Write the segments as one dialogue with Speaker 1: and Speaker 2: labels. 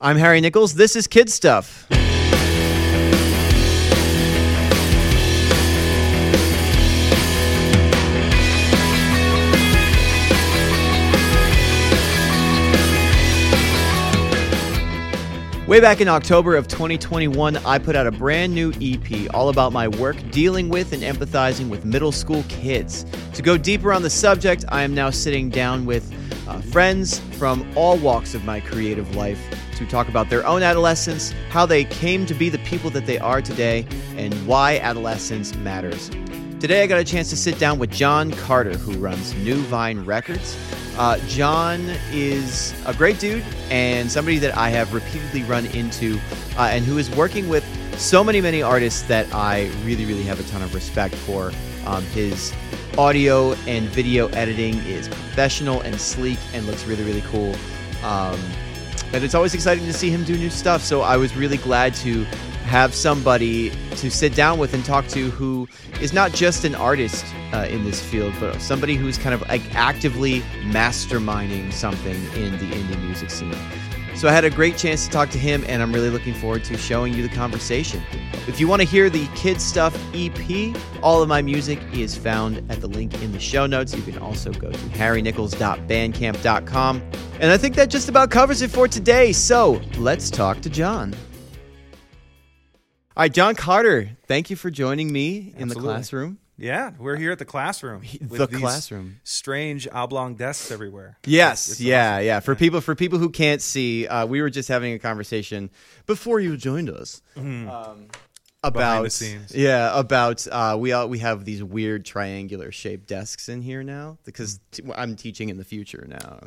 Speaker 1: I'm Harry Nichols. This is Kid Stuff. Way back in October of 2021, I put out a brand new EP all about my work dealing with and empathizing with middle school kids. To go deeper on the subject, I am now sitting down with uh, friends from all walks of my creative life to talk about their own adolescence, how they came to be the people that they are today, and why adolescence matters. Today, I got a chance to sit down with John Carter, who runs New Vine Records. Uh, John is a great dude and somebody that I have repeatedly run into uh, and who is working with so many, many artists that I really, really have a ton of respect for. Um, his audio and video editing is professional and sleek and looks really, really cool. Um, and it's always exciting to see him do new stuff. So I was really glad to have somebody to sit down with and talk to who is not just an artist uh, in this field, but somebody who's kind of like actively masterminding something in the indie music scene. So I had a great chance to talk to him, and I'm really looking forward to showing you the conversation. If you want to hear the Kid Stuff EP, all of my music is found at the link in the show notes. You can also go to harrynichols.bandcamp.com. And I think that just about covers it for today. So let's talk to John. All right, John Carter, thank you for joining me in the
Speaker 2: Absolutely.
Speaker 1: classroom.
Speaker 2: Yeah, we're here at the classroom. with
Speaker 1: the
Speaker 2: these
Speaker 1: classroom.
Speaker 2: Strange oblong desks everywhere.
Speaker 1: Yes,
Speaker 2: It's
Speaker 1: yeah, yeah. For people, for people who can't see, uh, we were just having a conversation before you joined us um, about
Speaker 2: Mm-hmm. Behind the scenes.
Speaker 1: Yeah, about uh, we all, we have these weird triangular shaped desks in here now because
Speaker 2: Mm-hmm.
Speaker 1: t- I'm teaching in the future now.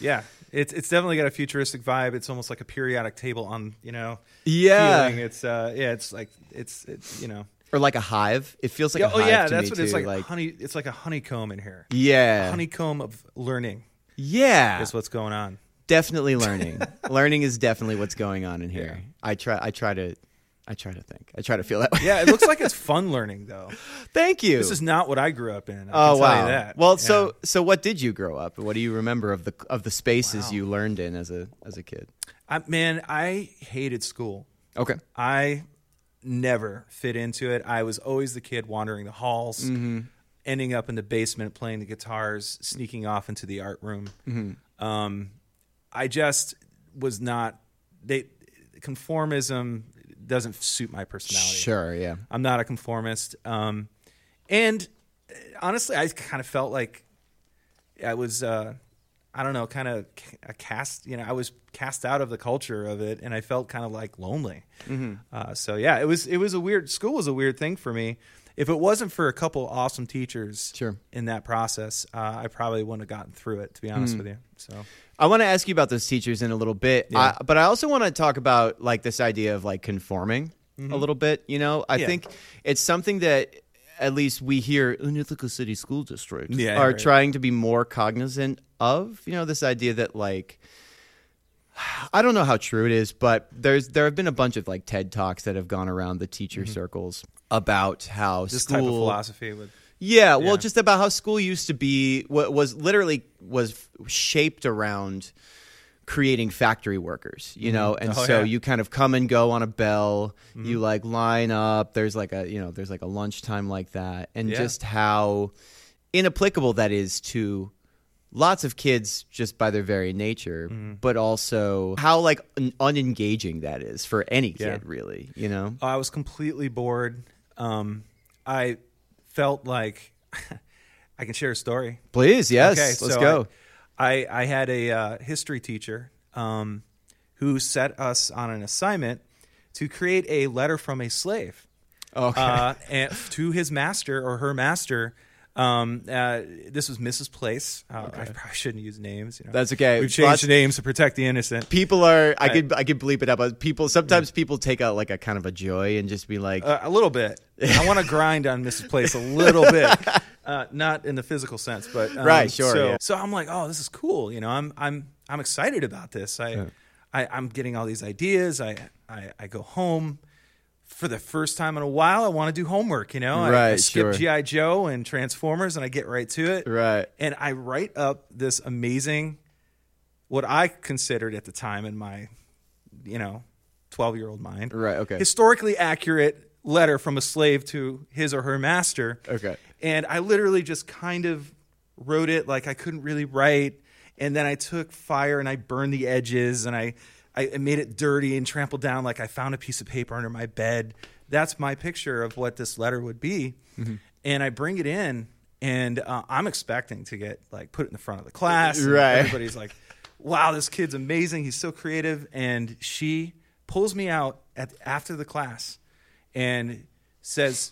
Speaker 2: Yeah, it's it's definitely got a futuristic vibe. It's almost like a periodic table on you know.
Speaker 1: Yeah.
Speaker 2: feeling. it's uh yeah, it's like it's, it's you know.
Speaker 1: or like a hive. It feels like a
Speaker 2: oh
Speaker 1: hive
Speaker 2: yeah,
Speaker 1: to
Speaker 2: that's
Speaker 1: me,
Speaker 2: what
Speaker 1: too.
Speaker 2: it's like, Honey, it's like a honeycomb in here.
Speaker 1: yeah, Ah.
Speaker 2: honeycomb of learning
Speaker 1: yeah.
Speaker 2: is what's going on.
Speaker 1: definitely learning. learning is definitely what's going on in here. I try. I try to. I try to think. I try to feel that. Way.
Speaker 2: Yeah, it looks like it's fun learning though.
Speaker 1: Thank you.
Speaker 2: This is not what I grew up in.
Speaker 1: Oh
Speaker 2: I can tell you
Speaker 1: wow!
Speaker 2: that.
Speaker 1: Well,
Speaker 2: Yeah.
Speaker 1: so so what did you grow up? What do you remember of the of the spaces you learned in as a as a kid?
Speaker 2: I, man, I hated school.
Speaker 1: Okay.
Speaker 2: I never fit into it. I was always the kid wandering the halls, ending up in the basement playing the guitars, sneaking off into the art room. Um, I just was not. They conformism doesn't suit my personality.
Speaker 1: Sure. Yeah.
Speaker 2: I'm not a conformist. Um, and uh, honestly, I kind of felt like I was, uh, I don't know, kind of a cast, you know, I was cast out of the culture of it and I felt kind of like lonely.
Speaker 1: Mm-hmm.
Speaker 2: Uh, so yeah, it was, it was a weird, school was a weird thing for me. If it wasn't for a couple awesome teachers
Speaker 1: Sure.
Speaker 2: in that process, uh, I probably wouldn't have gotten through it, to be
Speaker 1: Mm.
Speaker 2: honest with you. So
Speaker 1: I want to ask you about those teachers in a little bit, I, but I also want to talk about like this idea of like conforming a little bit. You know, I
Speaker 2: Mm-hmm. Yeah.
Speaker 1: think it's something that at least we here in Ithaca City School District
Speaker 2: Yeah,
Speaker 1: are
Speaker 2: right.
Speaker 1: trying to be more cognizant of. You know, this idea that like. I don't know how true it is, but there's there have been a bunch of like TED talks that have gone around the teacher circles about how
Speaker 2: Mm-hmm. this
Speaker 1: school
Speaker 2: type of philosophy would,
Speaker 1: yeah, well,
Speaker 2: Yeah.
Speaker 1: just about how school used to be what was literally was f- shaped around creating factory workers, you know, and
Speaker 2: Oh,
Speaker 1: so
Speaker 2: yeah. Mm-hmm.
Speaker 1: you kind of come and go on a bell, you like line up. There's like a you know there's like a lunchtime like that, and
Speaker 2: Yeah.
Speaker 1: just how inapplicable that is to lots of kids just by their very nature,
Speaker 2: Mm-hmm.
Speaker 1: but also how like un- unengaging that is for any kid,
Speaker 2: Yeah.
Speaker 1: really, you know.
Speaker 2: I was completely bored. Um, I felt like I can share a story.
Speaker 1: Please, yes, let's
Speaker 2: so
Speaker 1: go.
Speaker 2: I, I, I had a uh, history teacher um, who set us on an assignment to create a letter from a slave
Speaker 1: okay.
Speaker 2: uh, and to his master or her master. Um, uh, this was Mrs. Place. Uh, I probably shouldn't use names. You know.
Speaker 1: That's okay.
Speaker 2: We've changed
Speaker 1: Lots-
Speaker 2: names to protect the innocent.
Speaker 1: people are I could I could bleep it up. Uh, People sometimes people take out like a kind of a joy and just be like,
Speaker 2: Mm. Uh, a little bit. I want to grind on Mrs. Place a little bit, uh, not in the physical sense, but um,
Speaker 1: Right, sure,
Speaker 2: So,
Speaker 1: yeah.
Speaker 2: so I'm like, oh, this is cool. You know, I'm I'm I'm excited about this. I, I I'm getting all these ideas. I, I I go home for the first time in a while. I want to do homework. You know, I- I,
Speaker 1: Right,
Speaker 2: skip
Speaker 1: sure.
Speaker 2: GI Joe and Transformers, and I get right to it.
Speaker 1: Right.
Speaker 2: And I write up this amazing, what I considered at the time in my you know, 12 year old mind.
Speaker 1: Right, okay.
Speaker 2: Historically accurate letter from a slave to his or her master.
Speaker 1: Okay.
Speaker 2: And I literally just kind of wrote it like I couldn't really write. And then I took fire and I burned the edges and I, I I made it dirty and trampled down like I found a piece of paper under my bed. That's my picture of what this letter would be. And I bring it in and uh, I'm expecting to get like put it in the front of the class. and
Speaker 1: Right.
Speaker 2: everybody He's like, "Wow, this kid's amazing. He's so creative." And she pulls me out at after the class and says,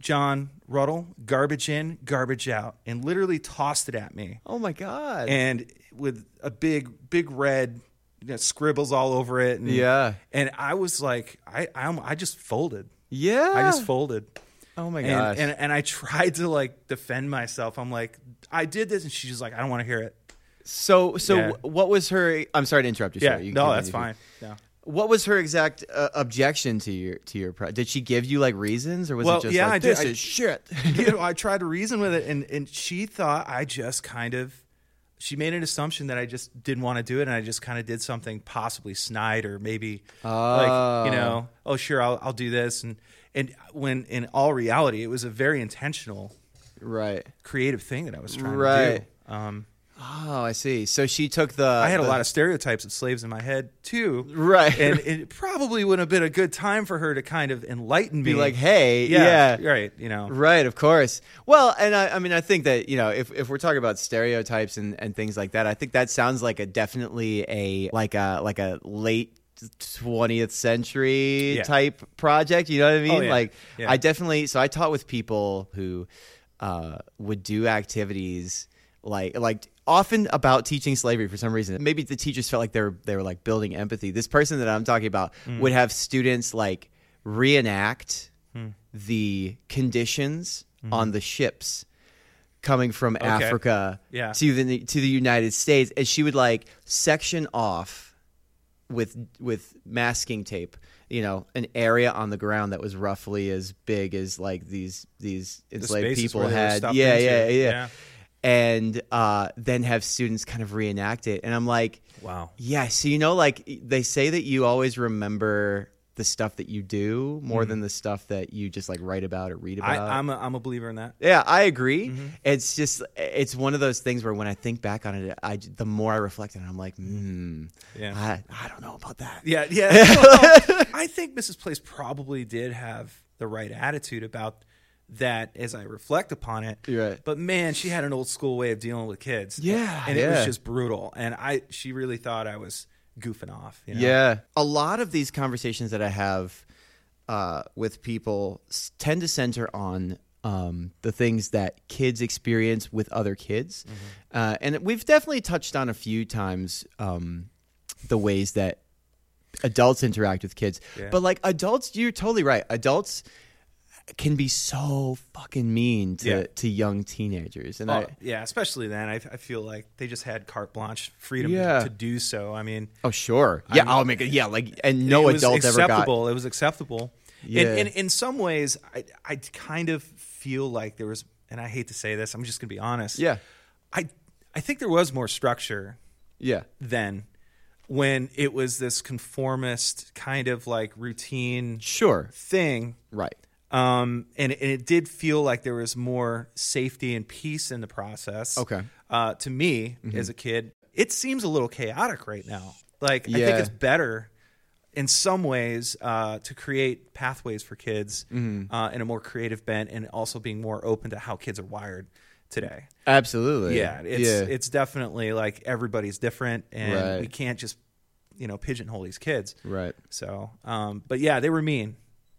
Speaker 2: "John Ruddle, garbage in, garbage out," and literally tossed it at me.
Speaker 1: Oh my god.
Speaker 2: And with a big, big red you know, scribbles all over it. And,
Speaker 1: Yeah.
Speaker 2: And I was like, I, I, almo- I just folded.
Speaker 1: yeah.
Speaker 2: I just folded.
Speaker 1: Oh my gosh.
Speaker 2: And, and and I tried to like defend myself. I'm like, I did this, and she's just like, I don't want to hear it.
Speaker 1: so so
Speaker 2: Yeah.
Speaker 1: what was her I'm sorry to interrupt you.
Speaker 2: Yeah,
Speaker 1: sorry. You
Speaker 2: no,
Speaker 1: continue.
Speaker 2: that's fine. Yeah.
Speaker 1: What was her exact uh, objection to your to your pro- did she give you like reasons or was
Speaker 2: Well,
Speaker 1: it just
Speaker 2: yeah,
Speaker 1: like
Speaker 2: I did.
Speaker 1: this
Speaker 2: I-
Speaker 1: is shit.
Speaker 2: you know, I tried to reason with it, and and she thought I just kind of. She made an assumption that I just didn't want to do it, and I just kind of did something possibly snide or maybe like
Speaker 1: Oh.
Speaker 2: you know, oh sure, I'll, I'll do this, and and when in all reality, it was a very intentional,
Speaker 1: right.
Speaker 2: creative thing that I was trying
Speaker 1: Right.
Speaker 2: to do. Um,
Speaker 1: Oh, I see. So she took the
Speaker 2: I had a
Speaker 1: the-
Speaker 2: lot of stereotypes of slaves in my head too,
Speaker 1: Right.
Speaker 2: And it probably would have been a good time for her to kind of enlighten me,
Speaker 1: be like, "Hey, yeah,
Speaker 2: right, you know,
Speaker 1: Right, of course. Well, and I, I mean, I think that you know, if, if we're talking about stereotypes and, and things like that, I think that sounds like a definitely a like a like a late twentieth century
Speaker 2: Yeah.
Speaker 1: type project. You know what I mean?
Speaker 2: Oh, yeah.
Speaker 1: Like,
Speaker 2: Yeah.
Speaker 1: I definitely. So I taught with people who uh, would do activities like like often about teaching slavery for some reason. Maybe the teachers felt like they were they were like building empathy. This person that I'm talking about
Speaker 2: Mm.
Speaker 1: would have students like reenact
Speaker 2: Hmm.
Speaker 1: the conditions
Speaker 2: Mm-hmm.
Speaker 1: on the ships coming from Africa
Speaker 2: Yeah.
Speaker 1: to the to the United States, and she would like section off with with masking tape, you know, an area on the ground that was roughly as big as like these these enslaved
Speaker 2: spaces
Speaker 1: people
Speaker 2: where they were
Speaker 1: had.
Speaker 2: stuffed
Speaker 1: Yeah,
Speaker 2: into.
Speaker 1: yeah, yeah,
Speaker 2: Yeah.
Speaker 1: And uh, then have students kind of reenact it, and I'm like,
Speaker 2: wow,
Speaker 1: yeah, so you know, like they say that you always remember the stuff that you do more than the stuff that you just like write about or read about.
Speaker 2: Mm-hmm. I, I'm Mm-hmm. a, I'm a believer in that.
Speaker 1: Yeah, I agree. It's just it's one of those things where when I think back on it, I the more I reflect on it, I'm like, hmm,
Speaker 2: Yeah.
Speaker 1: I, I don't know about that.
Speaker 2: Yeah, yeah. Well, I think Mrs. Place probably did have the right attitude about that as I reflect upon it.
Speaker 1: You're right.
Speaker 2: But man, she had an old school way of dealing with kids.
Speaker 1: Yeah,
Speaker 2: And it
Speaker 1: yeah.
Speaker 2: was just brutal. And I she really thought I was goofing off. You know?
Speaker 1: Yeah, a lot of these conversations that I have uh, with people s- tend to center on um, the things that kids experience with other kids,
Speaker 2: Mm-hmm.
Speaker 1: uh, and we've definitely touched on a few times um, the ways that adults interact with kids.
Speaker 2: Yeah.
Speaker 1: But like adults, you're totally right. Adults can be so fucking mean to,
Speaker 2: Yeah.
Speaker 1: to young teenagers, and
Speaker 2: Oh,
Speaker 1: I
Speaker 2: yeah, especially then. I, I feel like they just had carte blanche freedom
Speaker 1: Yeah.
Speaker 2: to do so. I mean,
Speaker 1: oh sure, yeah, i will make it. Yeah, like and no
Speaker 2: it was
Speaker 1: adult ever got
Speaker 2: acceptable. It was acceptable.
Speaker 1: Yeah.
Speaker 2: And, and in some ways, I, I kind of feel like there was, and I hate to say this, I'm just going to be honest.
Speaker 1: Yeah.
Speaker 2: I, I think there was more structure
Speaker 1: yeah.
Speaker 2: then when it was this conformist kind of like routine
Speaker 1: Sure,
Speaker 2: thing.
Speaker 1: right.
Speaker 2: Um, and, and it did feel like there was more safety and peace in the process.
Speaker 1: Okay. Mm-hmm.
Speaker 2: Uh, to me as a kid, it seems a little chaotic right now. Like, I
Speaker 1: Yeah.
Speaker 2: think it's better in some ways uh, to create pathways for kids
Speaker 1: Mm-hmm.
Speaker 2: uh, in a more creative bent and also being more open to how kids are wired today.
Speaker 1: Absolutely.
Speaker 2: Yeah. It's, it's definitely like everybody's different and
Speaker 1: Right.
Speaker 2: we can't just, you know, pigeonhole these kids.
Speaker 1: right.
Speaker 2: So, um, but yeah, they were mean.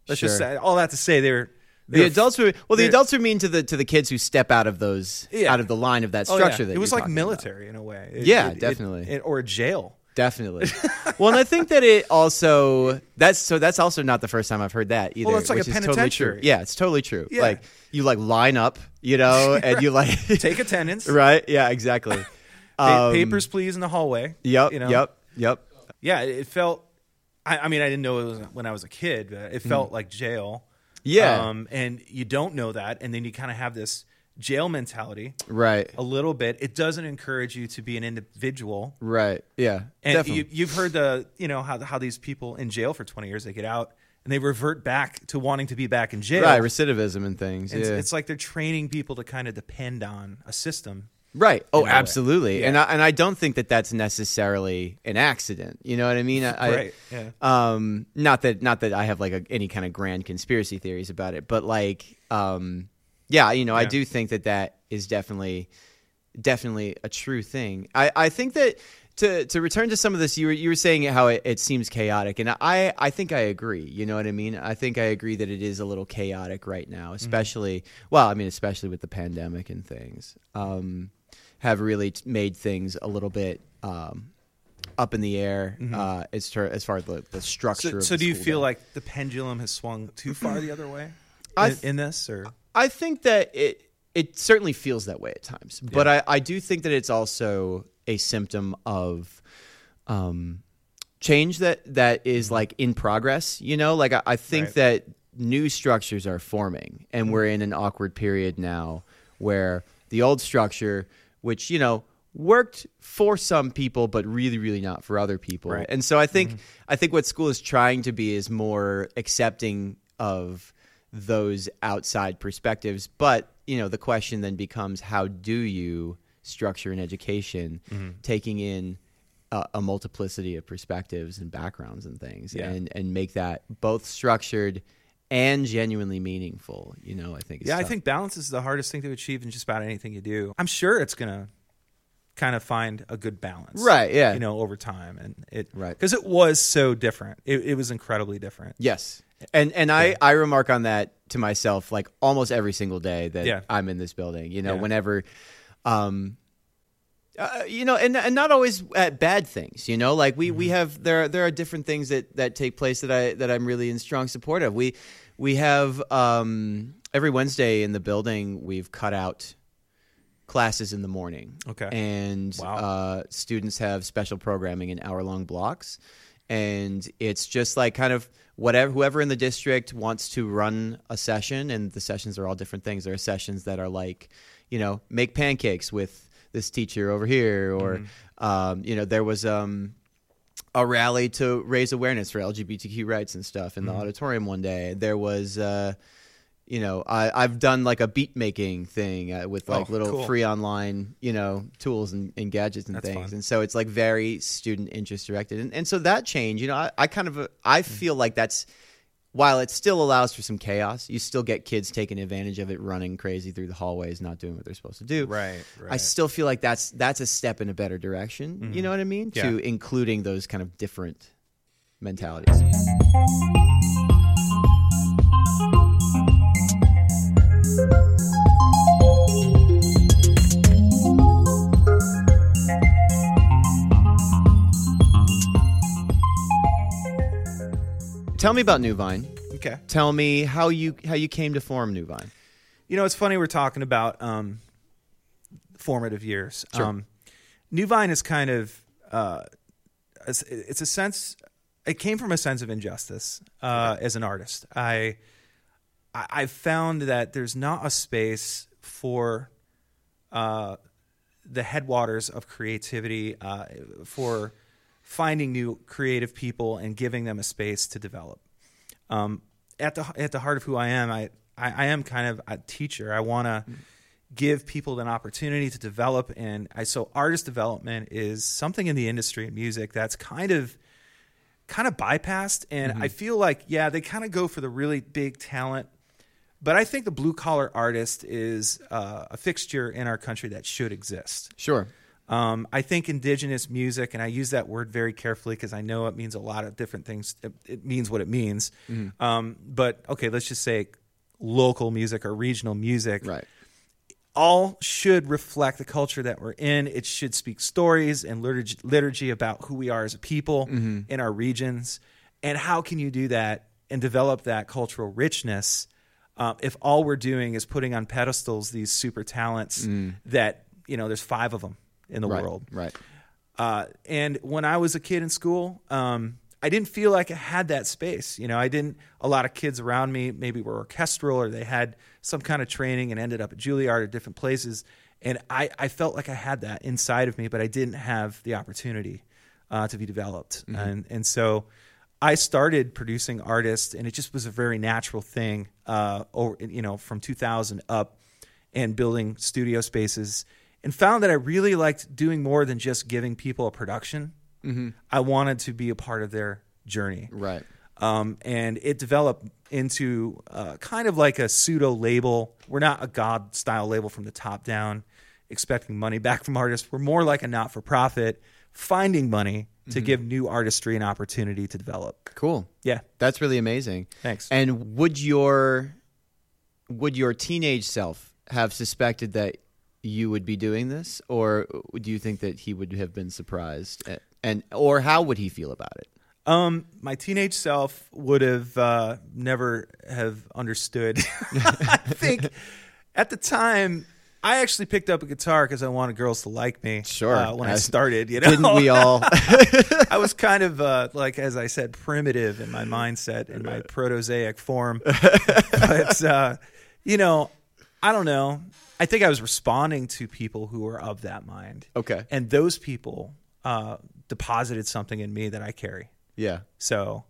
Speaker 2: Let's just
Speaker 1: Sure.
Speaker 2: say all that to say they were.
Speaker 1: The
Speaker 2: they were-
Speaker 1: adults were well. The
Speaker 2: they're-
Speaker 1: adults were mean to the to the kids who step out of those
Speaker 2: Yeah.
Speaker 1: out of the line of that
Speaker 2: oh, yeah.
Speaker 1: structure. That
Speaker 2: it was
Speaker 1: you're
Speaker 2: like
Speaker 1: talking about.
Speaker 2: military in a way. It-
Speaker 1: Yeah,
Speaker 2: it- it-
Speaker 1: definitely.
Speaker 2: it- or a jail.
Speaker 1: Definitely. well, and I think that it also that's so that's also not the first time I've heard that either.
Speaker 2: it's like
Speaker 1: which
Speaker 2: a
Speaker 1: is totally true.
Speaker 2: penitentiary.
Speaker 1: Yeah, it's totally true.
Speaker 2: Yeah.
Speaker 1: Like you like line up, you know, and you like
Speaker 2: Take attendance.
Speaker 1: right. Yeah, exactly.
Speaker 2: Pa-
Speaker 1: Um,
Speaker 2: papers, please, in the hallway.
Speaker 1: Yep.
Speaker 2: You know?
Speaker 1: Yep. Yep.
Speaker 2: Yeah, it it felt. I, I mean, I didn't know it was when I was a kid, but it felt like jail.
Speaker 1: Mm-hmm. Yeah.
Speaker 2: Um, and you don't know that, and then you kind of have this jail mentality
Speaker 1: Right.
Speaker 2: a little bit. It doesn't encourage you to be an individual.
Speaker 1: Right. Yeah.
Speaker 2: And
Speaker 1: definitely.
Speaker 2: you, you've heard the you know how how these people in jail for twenty years they get out and they revert back to wanting to be back in jail.
Speaker 1: right. Recidivism and things.
Speaker 2: And it's,
Speaker 1: yeah.
Speaker 2: it's like they're training people to kind of depend on a system.
Speaker 1: Right. Oh,
Speaker 2: way.
Speaker 1: absolutely. And I,
Speaker 2: Yeah.
Speaker 1: and I don't think that that's necessarily an accident. You know what I mean? I,
Speaker 2: Right, yeah.
Speaker 1: Um. Not that. Not that I have like a, any kind of grand conspiracy theories about it, but like, um, yeah. You know, I
Speaker 2: Yeah.
Speaker 1: do think that that is definitely, definitely a true thing. I I think that. To, to return to some of this, you were you were saying how it, it seems chaotic, and I, I think I agree. You know what I mean? I think I agree that it is a little chaotic right now,
Speaker 2: Mm-hmm.
Speaker 1: especially well, I mean, especially with the pandemic and things. Um, have really t- made things a little bit um, up in the air uh, as, ter- as far as the, the structure.
Speaker 2: Mm-hmm.
Speaker 1: of
Speaker 2: So, so
Speaker 1: the
Speaker 2: do you
Speaker 1: school
Speaker 2: feel
Speaker 1: day.
Speaker 2: like the pendulum has swung too far the other way
Speaker 1: I
Speaker 2: in,
Speaker 1: th-
Speaker 2: in this, or
Speaker 1: I think that it it certainly feels that way at times, but I, I do think that it's also a symptom of um, change that that is like in progress. You know, like I, I think
Speaker 2: Mm-hmm. Right.
Speaker 1: that new structures are forming, and we're in an awkward period now where the old structure, which you know worked for some people but really really not for other people
Speaker 2: Right. Mm-hmm.
Speaker 1: and so i think i think what school is trying to be is more accepting of those outside perspectives. But you know, the question then becomes how do you structure an education,
Speaker 2: Mm-hmm.
Speaker 1: taking in a, a multiplicity of perspectives and backgrounds and things,
Speaker 2: Yeah.
Speaker 1: and and make that both structured and genuinely meaningful. You know, I think. Is
Speaker 2: yeah, I
Speaker 1: tough.
Speaker 2: think balance is the hardest thing to achieve in just about anything you do. I'm sure it's gonna kind of find a good balance,
Speaker 1: Right, yeah.
Speaker 2: you know, over time, and it
Speaker 1: Right.
Speaker 2: because it was so different. It, it was incredibly different.
Speaker 1: Yes. And and I, I remark on that to myself like almost every single day that
Speaker 2: Yeah.
Speaker 1: I'm in this building. You know,
Speaker 2: Yeah.
Speaker 1: whenever um uh, you know, and and not always at bad things. You know, like we
Speaker 2: Mm-hmm.
Speaker 1: we have there there are different things that that take place that I that I'm really in strong support of. We we have um, every Wednesday in the building we've cut out classes in the morning.
Speaker 2: Okay.
Speaker 1: and
Speaker 2: Wow.
Speaker 1: uh, students have special programming in hour long blocks, and it's just like kind of whatever whoever in the district wants to run a session, and the sessions are all different things. There are sessions that are like, you know, make pancakes with this teacher over here, or
Speaker 2: Mm-hmm.
Speaker 1: um, you know, there was um, a rally to raise awareness for LGBTQ rights and stuff in
Speaker 2: Mm-hmm.
Speaker 1: the auditorium one day. There was, uh, you know, I, I've done like a beat making thing uh, with like
Speaker 2: Oh,
Speaker 1: little
Speaker 2: cool.
Speaker 1: free online, you know, tools and, and gadgets and
Speaker 2: That's
Speaker 1: things.
Speaker 2: fun.
Speaker 1: And so it's like very student interest directed. And, and so that change, you know, I, I kind of, uh, I
Speaker 2: Mm.
Speaker 1: feel like that's, while it still allows for some chaos, you still get kids taking advantage of it, running crazy through the hallways, not doing what they're supposed to do.
Speaker 2: Right, Mm-hmm.
Speaker 1: I still feel like that's that's a step in a better direction. You know what I mean?
Speaker 2: Yeah.
Speaker 1: To including those kind of different mentalities. Tell me about New Vine.
Speaker 2: okay.
Speaker 1: Tell me how you how you came to form New Vine.
Speaker 2: You know, it's funny we're talking about um, formative years. Um, New Vine is kind of uh, it's, it's a sense. It came from a sense of injustice uh, as an artist. I I I've found that there's not a space for uh, the headwaters of creativity uh, for finding new creative people and giving them a space to develop. Um, at the at the heart of who I am, I I, I am kind of a teacher. I want to give people an opportunity to develop, and I so artist development is something in the industry and music that's kind of kind of bypassed and i feel like yeah they kind of go for the really big talent but i think the blue collar artist is uh, a fixture in our country that should exist
Speaker 1: Sure.
Speaker 2: um, I think indigenous music, and I use that word very carefully because I know it means a lot of different things. It, it means what it means.
Speaker 1: Mm-hmm.
Speaker 2: Um, but okay, let's just say local music or regional music.
Speaker 1: Right.
Speaker 2: All should reflect the culture that we're in. It should speak stories and liturgy, liturgy about who we are as a people
Speaker 1: Mm-hmm.
Speaker 2: in our regions. And how can you do that and develop that cultural richness uh, if all we're doing is putting on pedestals these super talents that, you know, there's five of them in the
Speaker 1: Mm. Right.
Speaker 2: world?
Speaker 1: Right.
Speaker 2: Uh, and when I was a kid in school, um, I didn't feel like I had that space. You know, I didn't. A lot of kids around me maybe were orchestral or they had some kind of training and ended up at Juilliard or different places. And I, I felt like I had that inside of me, but I didn't have the opportunity uh, to be developed. And and so I started producing artists, and it just was a very natural thing. Uh, over you know from 2000 up, and building studio spaces, and found that I really liked doing more than just giving people a production. I wanted to be a part of their journey.
Speaker 1: Right.
Speaker 2: Um, and it developed into uh, kind of like a pseudo label. We're not a God style label from the top down, expecting money back from artists. We're more like a not for profit, finding money to give new artistry an opportunity to develop.
Speaker 1: Cool.
Speaker 2: Yeah.
Speaker 1: That's really amazing.
Speaker 2: Thanks.
Speaker 1: And would your would your teenage self have suspected that you would be doing this, or do you think that he would have been surprised? A- And or how would he feel about it?
Speaker 2: Um, my teenage self would have uh, never have understood. I think at the time, I actually picked up a guitar because I wanted girls to like me.
Speaker 1: Sure.
Speaker 2: uh, when I
Speaker 1: As-
Speaker 2: started, you know,
Speaker 1: Didn't we all?
Speaker 2: I was kind of uh, like, as I said, primitive in my mindset in my protozoic form. but uh, you know, I don't know. I think I was responding to people who were of that mind.
Speaker 1: Okay.
Speaker 2: and those people uh, deposited something in me that I carry.
Speaker 1: yeah.
Speaker 2: So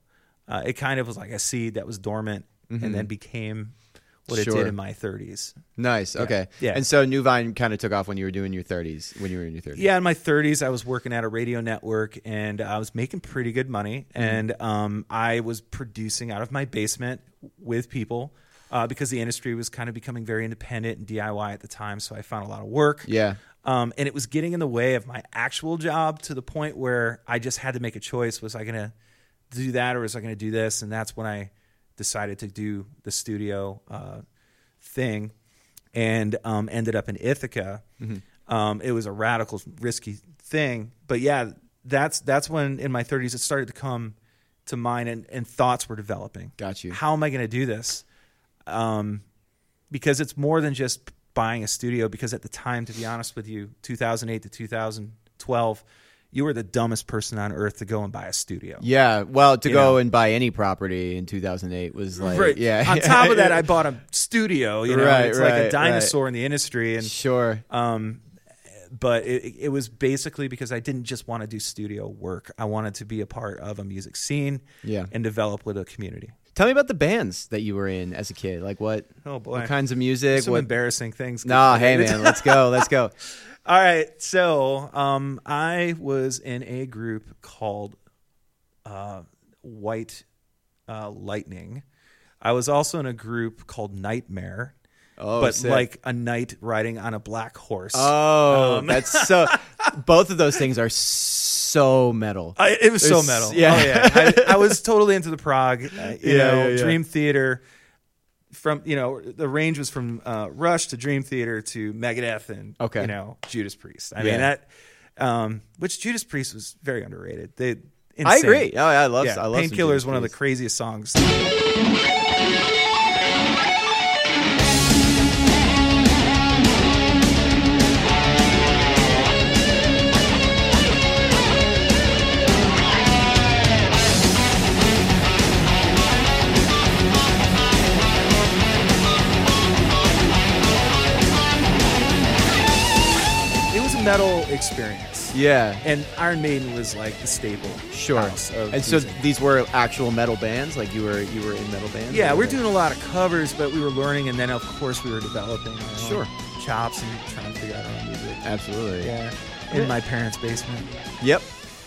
Speaker 2: uh, it kind of was like a seed that was dormant and then became what it
Speaker 1: Mm-hmm. Sure.
Speaker 2: did in my 30s.
Speaker 1: Nice. Okay.
Speaker 2: Yeah.
Speaker 1: And so New Vine kind of took off when you were doing your 30s, when you were in your 30s.
Speaker 2: Yeah, in my 30s, I was working at a radio network and I was making pretty good money.
Speaker 1: Mm-hmm.
Speaker 2: And um, I was producing out of my basement with people uh, because the industry was kind of becoming very independent and DIY at the time. So I found a lot of work.
Speaker 1: Yeah.
Speaker 2: Um, and it was getting in the way of my actual job to the point where I just had to make a choice. Was I going to do that or was I going to do this? And that's when I decided to do the studio uh, thing and um, ended up in Ithaca. Um, it was a radical, risky thing. But yeah, that's, that's when in my 30s it started to come to mind and, and thoughts were developing.
Speaker 1: Got you.
Speaker 2: How am I going to do this? Um, because it's more than just buying a studio because at the time to be honest with you 2008 to 2012 you were the dumbest person on earth to go and buy a studio
Speaker 1: Yeah. Well, to go
Speaker 2: know.
Speaker 1: and buy any property in 2008 was like,
Speaker 2: Right.
Speaker 1: yeah.
Speaker 2: on top of that i bought a studio you know and
Speaker 1: Right,
Speaker 2: it's
Speaker 1: right,
Speaker 2: like a
Speaker 1: right.
Speaker 2: dinosaur in the industry and
Speaker 1: sure.
Speaker 2: but it, it was basically because i didn't just want to do studio work i wanted to be a part of a music scene
Speaker 1: Yeah.
Speaker 2: and develop with a community
Speaker 1: Tell me about the bands that you were in as a kid. Like what?
Speaker 2: Oh, boy.
Speaker 1: What kinds of music?
Speaker 2: some
Speaker 1: what?
Speaker 2: embarrassing things
Speaker 1: Nah, hey man, let's go, let's go.
Speaker 2: All right, so um, I was in a group called uh, White uh, Lightning. I was also in a group called Nightmare,
Speaker 1: Oh,
Speaker 2: but
Speaker 1: sick.
Speaker 2: like a knight riding on a black horse.
Speaker 1: Oh,
Speaker 2: Um,
Speaker 1: that's so. both of those things are so metal.
Speaker 2: I, it was so
Speaker 1: There's-
Speaker 2: metal.
Speaker 1: yeah.
Speaker 2: Oh, yeah. I, I was totally into the prog. uh, you
Speaker 1: Yeah,
Speaker 2: know,
Speaker 1: yeah, yeah.
Speaker 2: Dream Theater. From you know, the range was from uh, Rush to Dream Theater to Megadeth and
Speaker 1: Okay.
Speaker 2: you know Judas Priest. I
Speaker 1: Yeah.
Speaker 2: mean that, um, which Judas Priest was very underrated. They, insane.
Speaker 1: I agree. Oh, yeah, I love. I love. some
Speaker 2: Painkiller is
Speaker 1: Judas
Speaker 2: one of the
Speaker 1: Priest.
Speaker 2: craziest songs. It was a metal experience.
Speaker 1: Yeah,
Speaker 2: And Iron Maiden was like the staple.
Speaker 1: sure.
Speaker 2: house of
Speaker 1: And so
Speaker 2: music.
Speaker 1: these were actual metal bands. Like you were, you were in metal bands.
Speaker 2: Yeah,
Speaker 1: or
Speaker 2: we're
Speaker 1: what?
Speaker 2: doing a lot of covers, but we were learning, and then of course we were developing our own
Speaker 1: Sure.
Speaker 2: chops and trying to figure out our own music.
Speaker 1: Absolutely.
Speaker 2: Yeah, in my parents' basement.
Speaker 1: Yep.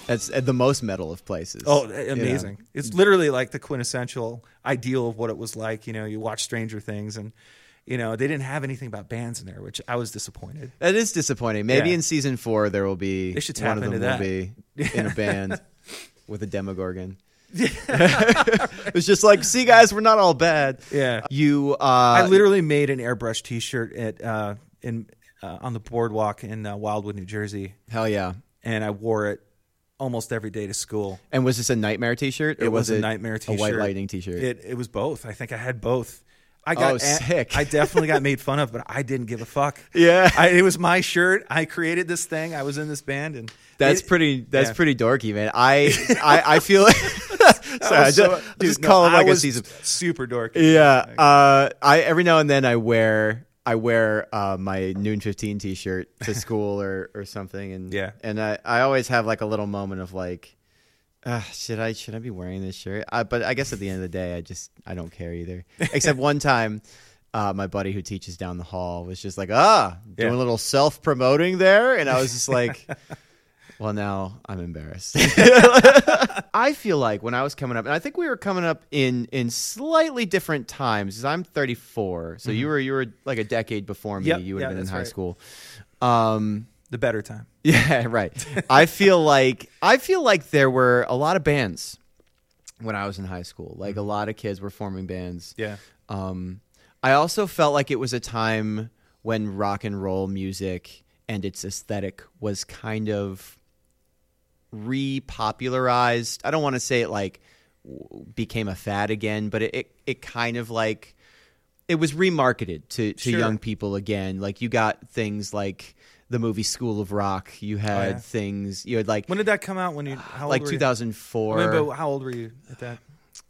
Speaker 1: That's at the most metal of places.
Speaker 2: Oh,
Speaker 1: Yeah.
Speaker 2: amazing! It's literally like the quintessential ideal of what it was like. You know, you watch Stranger Things, and you know they didn't have anything about bands in there, which I was disappointed.
Speaker 1: That is disappointing. Maybe
Speaker 2: Yeah.
Speaker 1: in season four there will be
Speaker 2: They should
Speaker 1: one
Speaker 2: tap
Speaker 1: of them
Speaker 2: into
Speaker 1: will
Speaker 2: that.
Speaker 1: be in a band with a demogorgon. it's just like, see, guys, we're not all bad.
Speaker 2: Yeah.
Speaker 1: you. Uh,
Speaker 2: I literally made an airbrush T-shirt at uh, in uh, on the boardwalk in uh, Wildwood, New Jersey,
Speaker 1: hell yeah.
Speaker 2: and I wore it almost every day to school.
Speaker 1: And was this a nightmare T-shirt? Or
Speaker 2: It was,
Speaker 1: it
Speaker 2: a nightmare T-shirt.
Speaker 1: A white lightning T-shirt.
Speaker 2: It it was both. I think I had both. I got
Speaker 1: Oh, sick.
Speaker 2: I definitely got made fun of, but I didn't give a fuck.
Speaker 1: Yeah.
Speaker 2: I, it was my shirt. I created this thing. I was in this band, and
Speaker 1: That's
Speaker 2: it-
Speaker 1: pretty. That's
Speaker 2: yeah.
Speaker 1: pretty dorky, man. I I, I feel. Sorry, I just,
Speaker 2: was so-
Speaker 1: just
Speaker 2: dude, no,
Speaker 1: call him
Speaker 2: I
Speaker 1: like I
Speaker 2: was
Speaker 1: see some.
Speaker 2: Super dorky.
Speaker 1: Yeah. Uh, I every now and then I wear I wear uh, my noon fifteen t shirt to school or or something, and
Speaker 2: Yeah.
Speaker 1: and I I always have like a little moment of like. Uh, should I should I be wearing this shirt? I, but I guess at the end of the day, I just I don't care either. Except one time, uh, my buddy who teaches down the hall was just like, ah, doing a
Speaker 2: Yeah.
Speaker 1: little self promoting there, and I was just like, well, now I'm embarrassed. I feel like when I was coming up, and I think we were coming up in in slightly different times. Because I'm 34, so you were you were like a decade before me.
Speaker 2: Mm-hmm. Yep,
Speaker 1: You would have
Speaker 2: yeah,
Speaker 1: been in
Speaker 2: that's
Speaker 1: high
Speaker 2: right.
Speaker 1: school. Um,
Speaker 2: the better time.
Speaker 1: yeah, right. I feel like I feel like there were a lot of bands when I was in high school. Like
Speaker 2: Mm-hmm.
Speaker 1: a lot of kids were forming bands.
Speaker 2: Yeah,
Speaker 1: Um, I also felt like it was a time when rock and roll music and its aesthetic was kind of repopularized. I don't want to say it like w- became a fad again, but it, it, it kind of like it was remarketed to, to
Speaker 2: Sure.
Speaker 1: young people again. Like you got things like the movie School of Rock. You had
Speaker 2: Oh, yeah.
Speaker 1: things you had like
Speaker 2: when did that come out? When you how old
Speaker 1: like
Speaker 2: were you?
Speaker 1: 2004.
Speaker 2: I mean, but how old were you at that?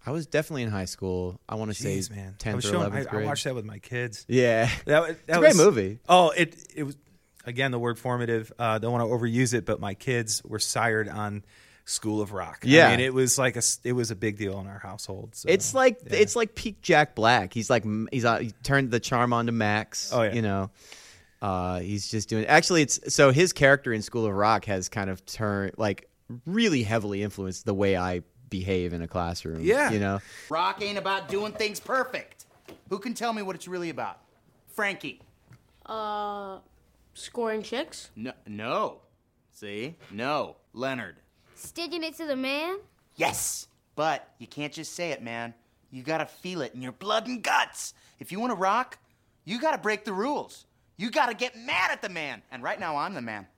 Speaker 1: I was definitely in high school. I want to say
Speaker 2: Jeez, man, I
Speaker 1: 10th
Speaker 2: was
Speaker 1: or
Speaker 2: showing.
Speaker 1: 11th
Speaker 2: I,
Speaker 1: grade.
Speaker 2: I watched that with my kids.
Speaker 1: Yeah.
Speaker 2: That, wa- that
Speaker 1: a great
Speaker 2: was-
Speaker 1: movie.
Speaker 2: Oh, it it was again the word formative. Uh, don't want to overuse it, but my kids were sired on School of Rock.
Speaker 1: Yeah.
Speaker 2: I mean, it was like a s- it was a big deal in our household. So.
Speaker 1: It's like it's like peak Jack Black. He's like m- he's uh, he turned the charm on to Max.
Speaker 2: Oh, yeah.
Speaker 1: you know, uh, he's just doing. Actually, it's so his character in School of Rock has kind of turned like really heavily influenced the way I behave in a classroom.
Speaker 2: Yeah.
Speaker 1: you know,
Speaker 3: Rock ain't about doing things perfect. Who can tell me what it's really about? Frankie.
Speaker 4: Scoring chicks?
Speaker 3: No, no. See? No. Leonard.
Speaker 5: Sticking it to the man?
Speaker 3: Yes. But you can't just say it, man. You gotta feel it in your blood and guts. If you wanna rock, you gotta break the rules. You gotta get mad at the man. And right now, I'm the man.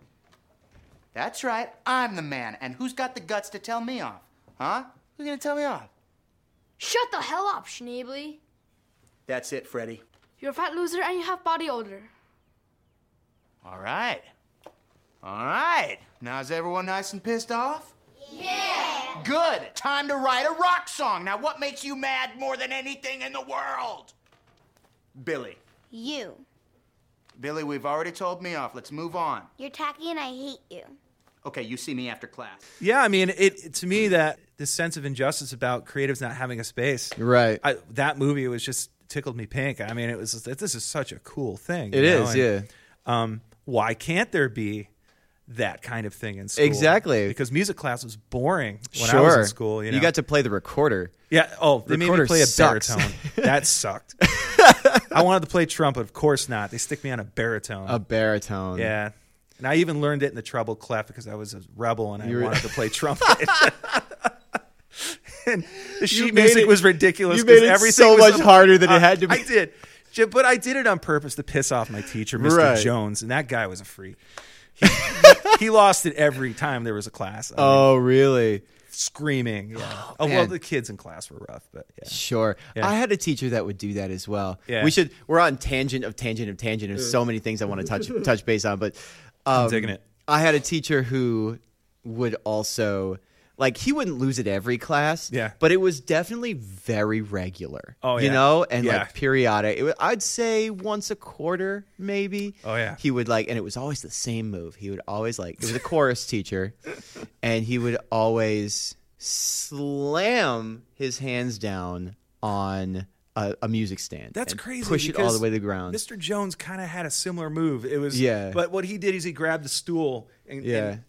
Speaker 3: That's right, I'm the man. And who's got the guts to tell me off? Huh? Who's gonna tell me off?
Speaker 5: Shut the hell up, Schneebly.
Speaker 3: That's it, Freddy.
Speaker 5: You're a fat loser and you have body odor.
Speaker 3: All right. All right. Now is everyone nice and pissed off? Yeah. Good. Time to write a rock song. Now what makes you mad more than anything in the world? Billy.
Speaker 6: You.
Speaker 3: Billy, we've already told me off. Let's move on.
Speaker 6: You're tacky and I hate you.
Speaker 3: Okay, you see me after class.
Speaker 2: yeah. I mean, it to me that this sense of injustice about creatives not having a space.
Speaker 1: right?
Speaker 2: I, that movie was just tickled me pink. I mean, it was just, this is such a cool thing.
Speaker 1: It
Speaker 2: It is,
Speaker 1: is, yeah.
Speaker 2: Um, why can't there be that kind of thing in school?
Speaker 1: Exactly.
Speaker 2: because music class was boring when I was in school. You, know?
Speaker 1: got to play the recorder.
Speaker 2: yeah. Oh, they made me
Speaker 1: Recorder
Speaker 2: play a
Speaker 1: sucks.
Speaker 2: baritone. that sucked. I wanted to play trumpet. Of course not. They stick me on a baritone.
Speaker 1: A baritone.
Speaker 2: yeah. And I even learned it in the treble clef because I was a rebel and I
Speaker 1: were-
Speaker 2: wanted to play trumpet. and the sheet
Speaker 1: made
Speaker 2: music
Speaker 1: it-
Speaker 2: was ridiculous.
Speaker 1: you made
Speaker 2: 'cause
Speaker 1: it
Speaker 2: everything
Speaker 1: so
Speaker 2: was
Speaker 1: much harder than it had to be.
Speaker 2: I did, Ju- but I did it on purpose to piss off my teacher, Mr.
Speaker 1: Right.
Speaker 2: Jones, and that guy was a freak. He, he lost it every time there was a class. I mean,
Speaker 1: Oh, really?
Speaker 2: screaming! Yeah. Oh, well,
Speaker 1: man.
Speaker 2: the kids in class were rough, but yeah.
Speaker 1: Sure. I had a teacher that would do that as well.
Speaker 2: Yeah. Mm.
Speaker 1: We should. We're on tangent of tangent of tangent of so many things I want to touch touch base on, but um,
Speaker 2: digging it.
Speaker 1: I had a teacher who would also like he wouldn't lose it every class.
Speaker 2: Yeah.
Speaker 1: But it was definitely very regular.
Speaker 2: Oh,
Speaker 1: You
Speaker 2: yeah.
Speaker 1: know, and
Speaker 2: Yeah.
Speaker 1: like periodic. It was, I'd say once a quarter, maybe.
Speaker 2: Oh, yeah.
Speaker 1: He would like, and it was always the same move. He would always like. It was a chorus teacher, and he would always slam his hands down on. A, a music stand.
Speaker 2: That's
Speaker 1: and
Speaker 2: crazy.
Speaker 1: Push it all
Speaker 2: because
Speaker 1: the way to the ground.
Speaker 2: Mr. Jones kind of had a similar move. It was
Speaker 1: Yeah.
Speaker 2: but what he did is he grabbed the stool and,
Speaker 1: yeah.
Speaker 2: and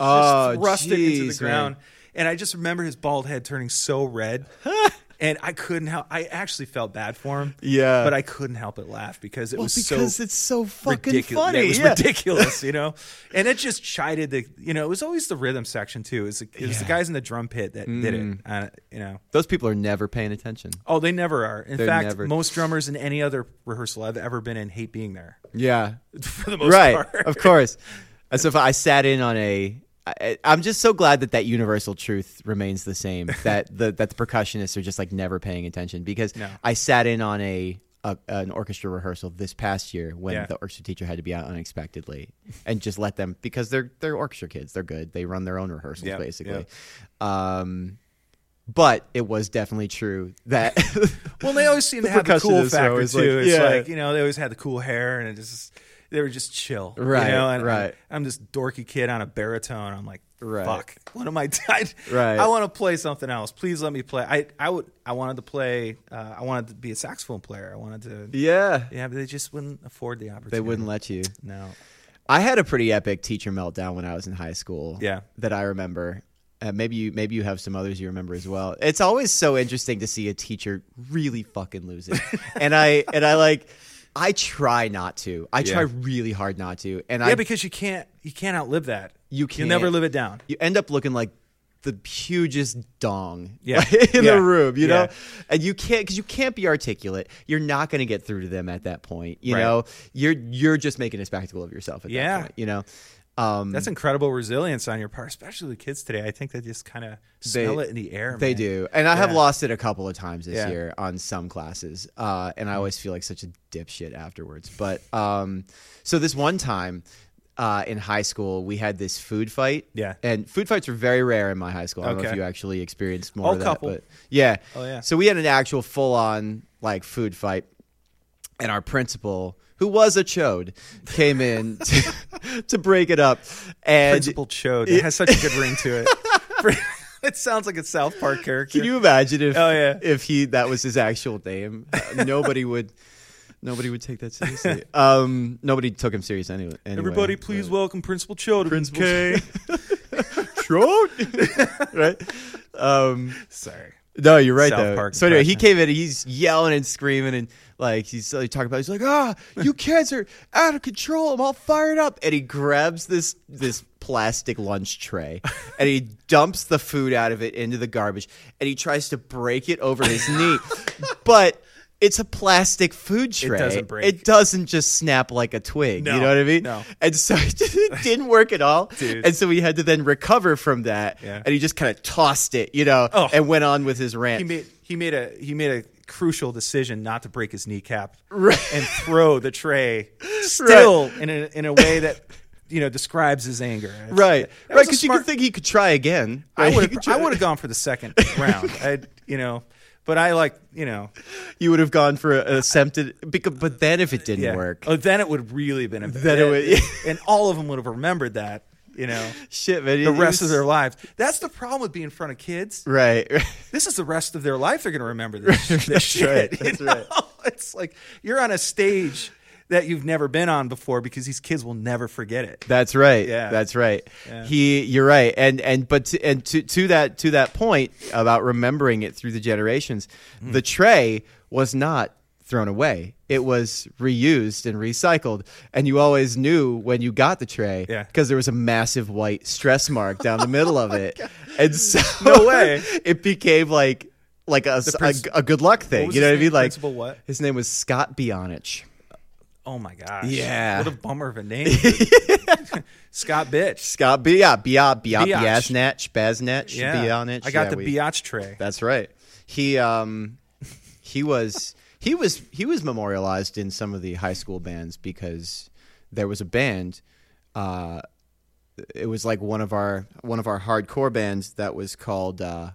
Speaker 1: oh,
Speaker 2: just thrust it into
Speaker 1: jeez,
Speaker 2: the
Speaker 1: man.
Speaker 2: ground. And I just remember his bald head turning so red. and I couldn't help I actually felt bad for him.
Speaker 1: Yeah.
Speaker 2: But I couldn't help but laugh Oh, because it
Speaker 1: Well,
Speaker 2: was
Speaker 1: because
Speaker 2: so
Speaker 1: it's so fucking
Speaker 2: ridicu-
Speaker 1: funny.
Speaker 2: Yeah, it was
Speaker 1: yeah.
Speaker 2: ridiculous, you know? And it just chided the you know, it was always the rhythm section too. It was the, it was the guys in the drum pit that did it.
Speaker 1: Mm.
Speaker 2: Uh, you know.
Speaker 1: Those people are never paying attention.
Speaker 2: Oh, they never are. In
Speaker 1: They're
Speaker 2: fact,
Speaker 1: never-
Speaker 2: most drummers in any other rehearsal I've ever been in hate being there.
Speaker 1: Yeah.
Speaker 2: For the most
Speaker 1: Right.
Speaker 2: part.
Speaker 1: Of course. And so if I sat in on a I, I'm just so glad that that universal truth remains the same. That the that the percussionists are just like never paying attention because I sat in on a, a an orchestra rehearsal this past year when
Speaker 2: Yeah.
Speaker 1: the orchestra teacher had to be out unexpectedly and just let them because they're they're orchestra kids. They're good. They run their own rehearsals
Speaker 2: Yep,
Speaker 1: basically. Um, but it was definitely true that
Speaker 2: Well, they always seem
Speaker 1: The
Speaker 2: to have the cool
Speaker 1: percussionists are
Speaker 2: factor
Speaker 1: always
Speaker 2: too.
Speaker 1: like,
Speaker 2: it's
Speaker 1: yeah.
Speaker 2: like you know they always had the cool hair and it just they were just chill,
Speaker 1: Right,
Speaker 2: You know, and
Speaker 1: right.
Speaker 2: I, am this dorky kid on a baritone. I'm like,
Speaker 1: Right.
Speaker 2: fuck, what am I? I
Speaker 1: Right.
Speaker 2: I want to play something else. Please let me play. I I would I wanted to play. Uh, I wanted to be a saxophone player. I wanted to.
Speaker 1: yeah
Speaker 2: Yeah, but they just wouldn't afford the opportunity.
Speaker 1: they wouldn't let you.
Speaker 2: No.
Speaker 1: I had a pretty epic teacher meltdown when I was in high school.
Speaker 2: Yeah.
Speaker 1: that I remember. Uh, maybe you maybe you have some others you remember as well. It's always so interesting to see a teacher really fucking lose it, and I and I like I try not to. I try
Speaker 2: Yeah.
Speaker 1: really hard not to, and
Speaker 2: Yeah,
Speaker 1: I
Speaker 2: because you can't you can't outlive that.
Speaker 1: You
Speaker 2: You'll
Speaker 1: can't.
Speaker 2: never live it down.
Speaker 1: you end up looking like the hugest dong
Speaker 2: Yeah.
Speaker 1: in
Speaker 2: Yeah.
Speaker 1: the room, you know?
Speaker 2: Yeah.
Speaker 1: And you can't because you can't be articulate. You're not going to get through to them at that point, you
Speaker 2: Right.
Speaker 1: know? You're you're just making a spectacle of yourself at
Speaker 2: Yeah.
Speaker 1: that point, you know? Um,
Speaker 2: That's incredible resilience on your part, especially the kids today. I think they just kind of smell it in the air.
Speaker 1: They
Speaker 2: man.
Speaker 1: do, and I have
Speaker 2: Yeah.
Speaker 1: lost it a couple of times this
Speaker 2: Yeah.
Speaker 1: year on some classes, uh, and I always feel like such a dipshit afterwards. But um, so this one time uh, in high school, we had this food fight.
Speaker 2: Yeah.
Speaker 1: and food fights were very rare in my high school. I don't know if
Speaker 2: Okay.
Speaker 1: you actually experienced more
Speaker 2: Oh,
Speaker 1: of that,
Speaker 2: couple.
Speaker 1: but yeah.
Speaker 2: Oh, yeah.
Speaker 1: So we had an actual full on like food fight, and our principal, who was a chode, came in to, to break it up, and.
Speaker 2: Principal Chode. It has such a good ring to it. it sounds like a South Park character.
Speaker 1: Can you imagine if
Speaker 2: Oh, yeah.
Speaker 1: if he that was his actual name? Uh, nobody would nobody would take that seriously. Um, nobody took him serious anyway. Uh, anyway.
Speaker 2: Everybody, please welcome Principal Chode. Principal
Speaker 1: Chode. right? Um,
Speaker 2: Sorry.
Speaker 1: no, you're right
Speaker 2: South
Speaker 1: though.
Speaker 2: Park
Speaker 1: so anyway, he
Speaker 2: impression.
Speaker 1: came in and he's yelling and screaming and like he's like, talking about. He's like, ah, you kids are out of control. I'm all fired up. And he grabs this this plastic lunch tray and he dumps the food out of it into the garbage and he tries to break it over his knee, but. It's a plastic food tray.
Speaker 2: doesn't break.
Speaker 1: It doesn't just snap like a twig.
Speaker 2: No,
Speaker 1: you know what I mean?
Speaker 2: no.
Speaker 1: And so it didn't work at all.
Speaker 2: Dude.
Speaker 1: And so he had to then recover from that.
Speaker 2: Yeah.
Speaker 1: And he just kind of tossed it, you know,
Speaker 2: Oh.
Speaker 1: and went on with his rant.
Speaker 2: He made he made a he made a crucial decision not to break his kneecap and throw the tray still in a in a way that you know describes his anger. It's-
Speaker 1: Right,
Speaker 2: that
Speaker 1: right.
Speaker 2: was a
Speaker 1: Because you
Speaker 2: smart-
Speaker 1: could think he could try again.
Speaker 2: I
Speaker 1: Right? He
Speaker 2: would
Speaker 1: could
Speaker 2: I
Speaker 1: try-
Speaker 2: would have gone for the second round. I you know, but I like you know
Speaker 1: You would have gone for a, an attempted. Because, but then if it didn't
Speaker 2: yeah.
Speaker 1: work,
Speaker 2: Oh, then it would really been a
Speaker 1: Then it would-
Speaker 2: and all of them would have remembered that. You know,
Speaker 1: shit, man.
Speaker 2: the rest of their lives. That's the problem with being in front of kids.
Speaker 1: right.
Speaker 2: This is the rest of their life they're going to remember this, this shit.
Speaker 1: right.
Speaker 2: you
Speaker 1: That's
Speaker 2: know? It's like you're on a stage that you've never been on before because these kids will never forget it.
Speaker 1: That's right.
Speaker 2: Yeah.
Speaker 1: That's right.
Speaker 2: Yeah.
Speaker 1: He, you're right. And and but to, and to to that to that point about remembering it through the generations,
Speaker 2: Hmm.
Speaker 1: the tray was not thrown away. It was reused and recycled, and you always knew when you got the tray
Speaker 2: Yeah. Oh
Speaker 1: because there was a massive white stress mark down the middle of it, and so
Speaker 2: No way.
Speaker 1: it became like like a, a-
Speaker 2: princ-
Speaker 1: a, good luck thing.
Speaker 2: was
Speaker 1: you know
Speaker 2: his
Speaker 1: what I mean?
Speaker 2: name?
Speaker 1: Like
Speaker 2: Principal what?
Speaker 1: His name was Scott Bionich.
Speaker 2: Oh my gosh.
Speaker 1: Yeah.
Speaker 2: What a bummer of a name. Scott Bitch.
Speaker 1: Scott B. uh, Yeah, Biot, Biot, Biasnatch,
Speaker 2: Biatch.
Speaker 1: Baznatch,
Speaker 2: Yeah.
Speaker 1: Bianich.
Speaker 2: I got
Speaker 1: Yeah,
Speaker 2: the
Speaker 1: we-
Speaker 2: biatch tray.
Speaker 1: That's right. He um he was he was he was memorialized in some of the high school bands because there was a band uh it was like one of our one of our hardcore bands that was called uh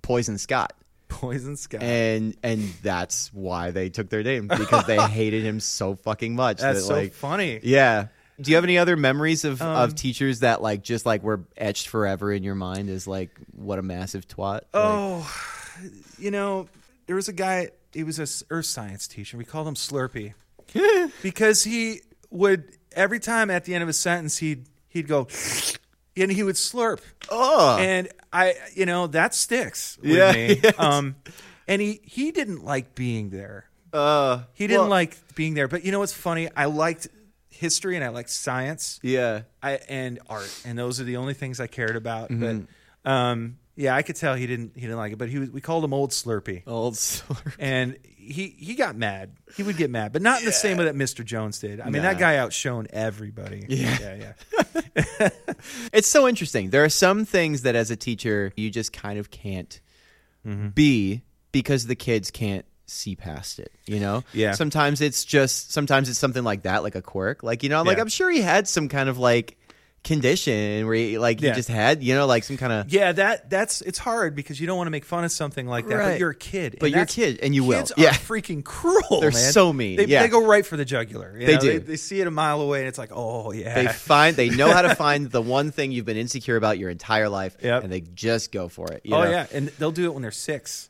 Speaker 1: Poison Scott.
Speaker 2: Poison Scott.
Speaker 1: And and that's why they took their name because they hated him so fucking much.
Speaker 2: That's
Speaker 1: that,
Speaker 2: so
Speaker 1: like,
Speaker 2: funny.
Speaker 1: Yeah. Do you have any other memories of,
Speaker 2: Um,
Speaker 1: of teachers that like just like were etched forever in your mind as like what a massive twat? Like-
Speaker 2: Oh, you know, there was a guy. He was a s- earth science teacher. We called him Slurpee because he would every time at the end of a sentence he'd he'd go and he would slurp.
Speaker 1: Ugh.
Speaker 2: And I, you know, that sticks with
Speaker 1: Yeah,
Speaker 2: me.
Speaker 1: yes.
Speaker 2: Um, and he he didn't like being there.
Speaker 1: Uh,
Speaker 2: He didn't
Speaker 1: well,
Speaker 2: like being there. But you know what's funny? I liked history and I liked science.
Speaker 1: Yeah. Mm-hmm.
Speaker 2: I and art, and those are the only things I cared about. But um, Yeah, I could tell he didn't he didn't like it, but he was, we called him Old Slurpee,
Speaker 1: Old slur.
Speaker 2: and he he got mad. He would get mad, but not in the same way that Mr. Jones did. I mean,
Speaker 1: Nah.
Speaker 2: that guy outshone everybody. Yeah, yeah, yeah.
Speaker 1: It's so interesting. There are some things that as a teacher you just kind of can't
Speaker 2: Mm-hmm.
Speaker 1: be because the kids can't see past it, you know?
Speaker 2: Yeah.
Speaker 1: Sometimes it's just sometimes it's something like that, like a quirk. Like, you know, like
Speaker 2: Yeah.
Speaker 1: I'm sure he had some kind of like condition where he like
Speaker 2: Yeah.
Speaker 1: he just had, you know, like some kind of
Speaker 2: yeah. That that's it's hard because you don't want to make fun of something like that.
Speaker 1: Right.
Speaker 2: But you're a kid,
Speaker 1: But
Speaker 2: and
Speaker 1: you're a
Speaker 2: that's-
Speaker 1: kid, and you will.
Speaker 2: Kids
Speaker 1: Yeah.
Speaker 2: are freaking cruel.
Speaker 1: They're
Speaker 2: man.
Speaker 1: so mean,
Speaker 2: They,
Speaker 1: yeah.
Speaker 2: they go right for the jugular. you
Speaker 1: They
Speaker 2: know?
Speaker 1: do.
Speaker 2: They, they see it a mile away, and it's like, oh yeah.
Speaker 1: They find they know how to find the one thing you've been insecure about your entire life,
Speaker 2: Yep.
Speaker 1: and they just go for it. you
Speaker 2: oh
Speaker 1: know?
Speaker 2: yeah, and they'll do it when they're six.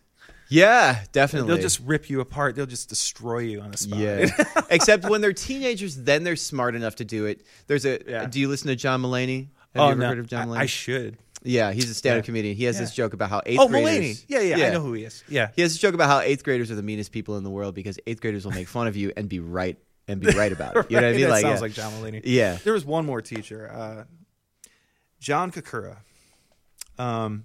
Speaker 1: yeah, definitely.
Speaker 2: They'll just rip you apart. They'll just destroy you on the spot.
Speaker 1: Yeah. Except when they're teenagers, then they're smart enough to do it. There's a.
Speaker 2: Yeah.
Speaker 1: Do you listen to John Mulaney? Have
Speaker 2: oh
Speaker 1: you ever
Speaker 2: no,
Speaker 1: heard of John Mulaney?
Speaker 2: I, I should.
Speaker 1: yeah, he's a stand-up comedian. He has this
Speaker 2: Yeah.
Speaker 1: joke about how eighth
Speaker 2: Oh,
Speaker 1: graders.
Speaker 2: Mulaney. Yeah, yeah, I know who he is. Yeah.
Speaker 1: He has this joke about how eighth graders are the meanest people in the world because eighth graders will make fun of you and be right and be right about it. You know what I
Speaker 2: Right?
Speaker 1: mean?
Speaker 2: That
Speaker 1: like yeah.
Speaker 2: sounds like John Mulaney.
Speaker 1: Yeah.
Speaker 2: There was one more teacher, uh, John Kakura. Um,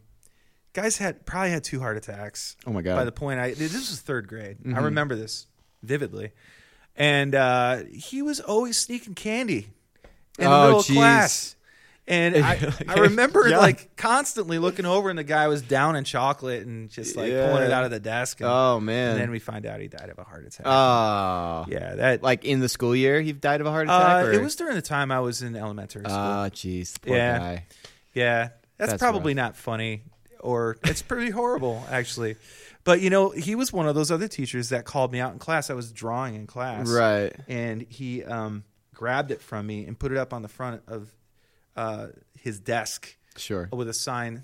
Speaker 2: guys had probably had two heart attacks.
Speaker 1: Oh, my God. Mm-hmm.
Speaker 2: By the point I this was third grade. I remember this vividly, and uh, he was always sneaking candy in the
Speaker 1: Oh,
Speaker 2: middle of
Speaker 1: jeez.
Speaker 2: class. And I, I
Speaker 1: Okay.
Speaker 2: remember
Speaker 1: Yeah.
Speaker 2: like constantly looking over, and the guy was down in chocolate and just like pulling it
Speaker 1: Yeah.
Speaker 2: out of the desk. And,
Speaker 1: Oh, man.
Speaker 2: And then we find out he died of a heart attack.
Speaker 1: Oh.
Speaker 2: yeah, that
Speaker 1: Like in the school year, he died of a heart attack.
Speaker 2: uh,
Speaker 1: or?
Speaker 2: it was during the time I was in elementary school.
Speaker 1: Ah, jeez, poor
Speaker 2: Yeah.
Speaker 1: guy.
Speaker 2: yeah, that's,
Speaker 1: that's
Speaker 2: probably not funny, or it's pretty horrible actually. But you know, he was one of those other teachers that called me out in class. I was drawing in class,
Speaker 1: Right.
Speaker 2: And he um, grabbed it from me and put it up on the front of uh, his desk
Speaker 1: Sure.
Speaker 2: with a sign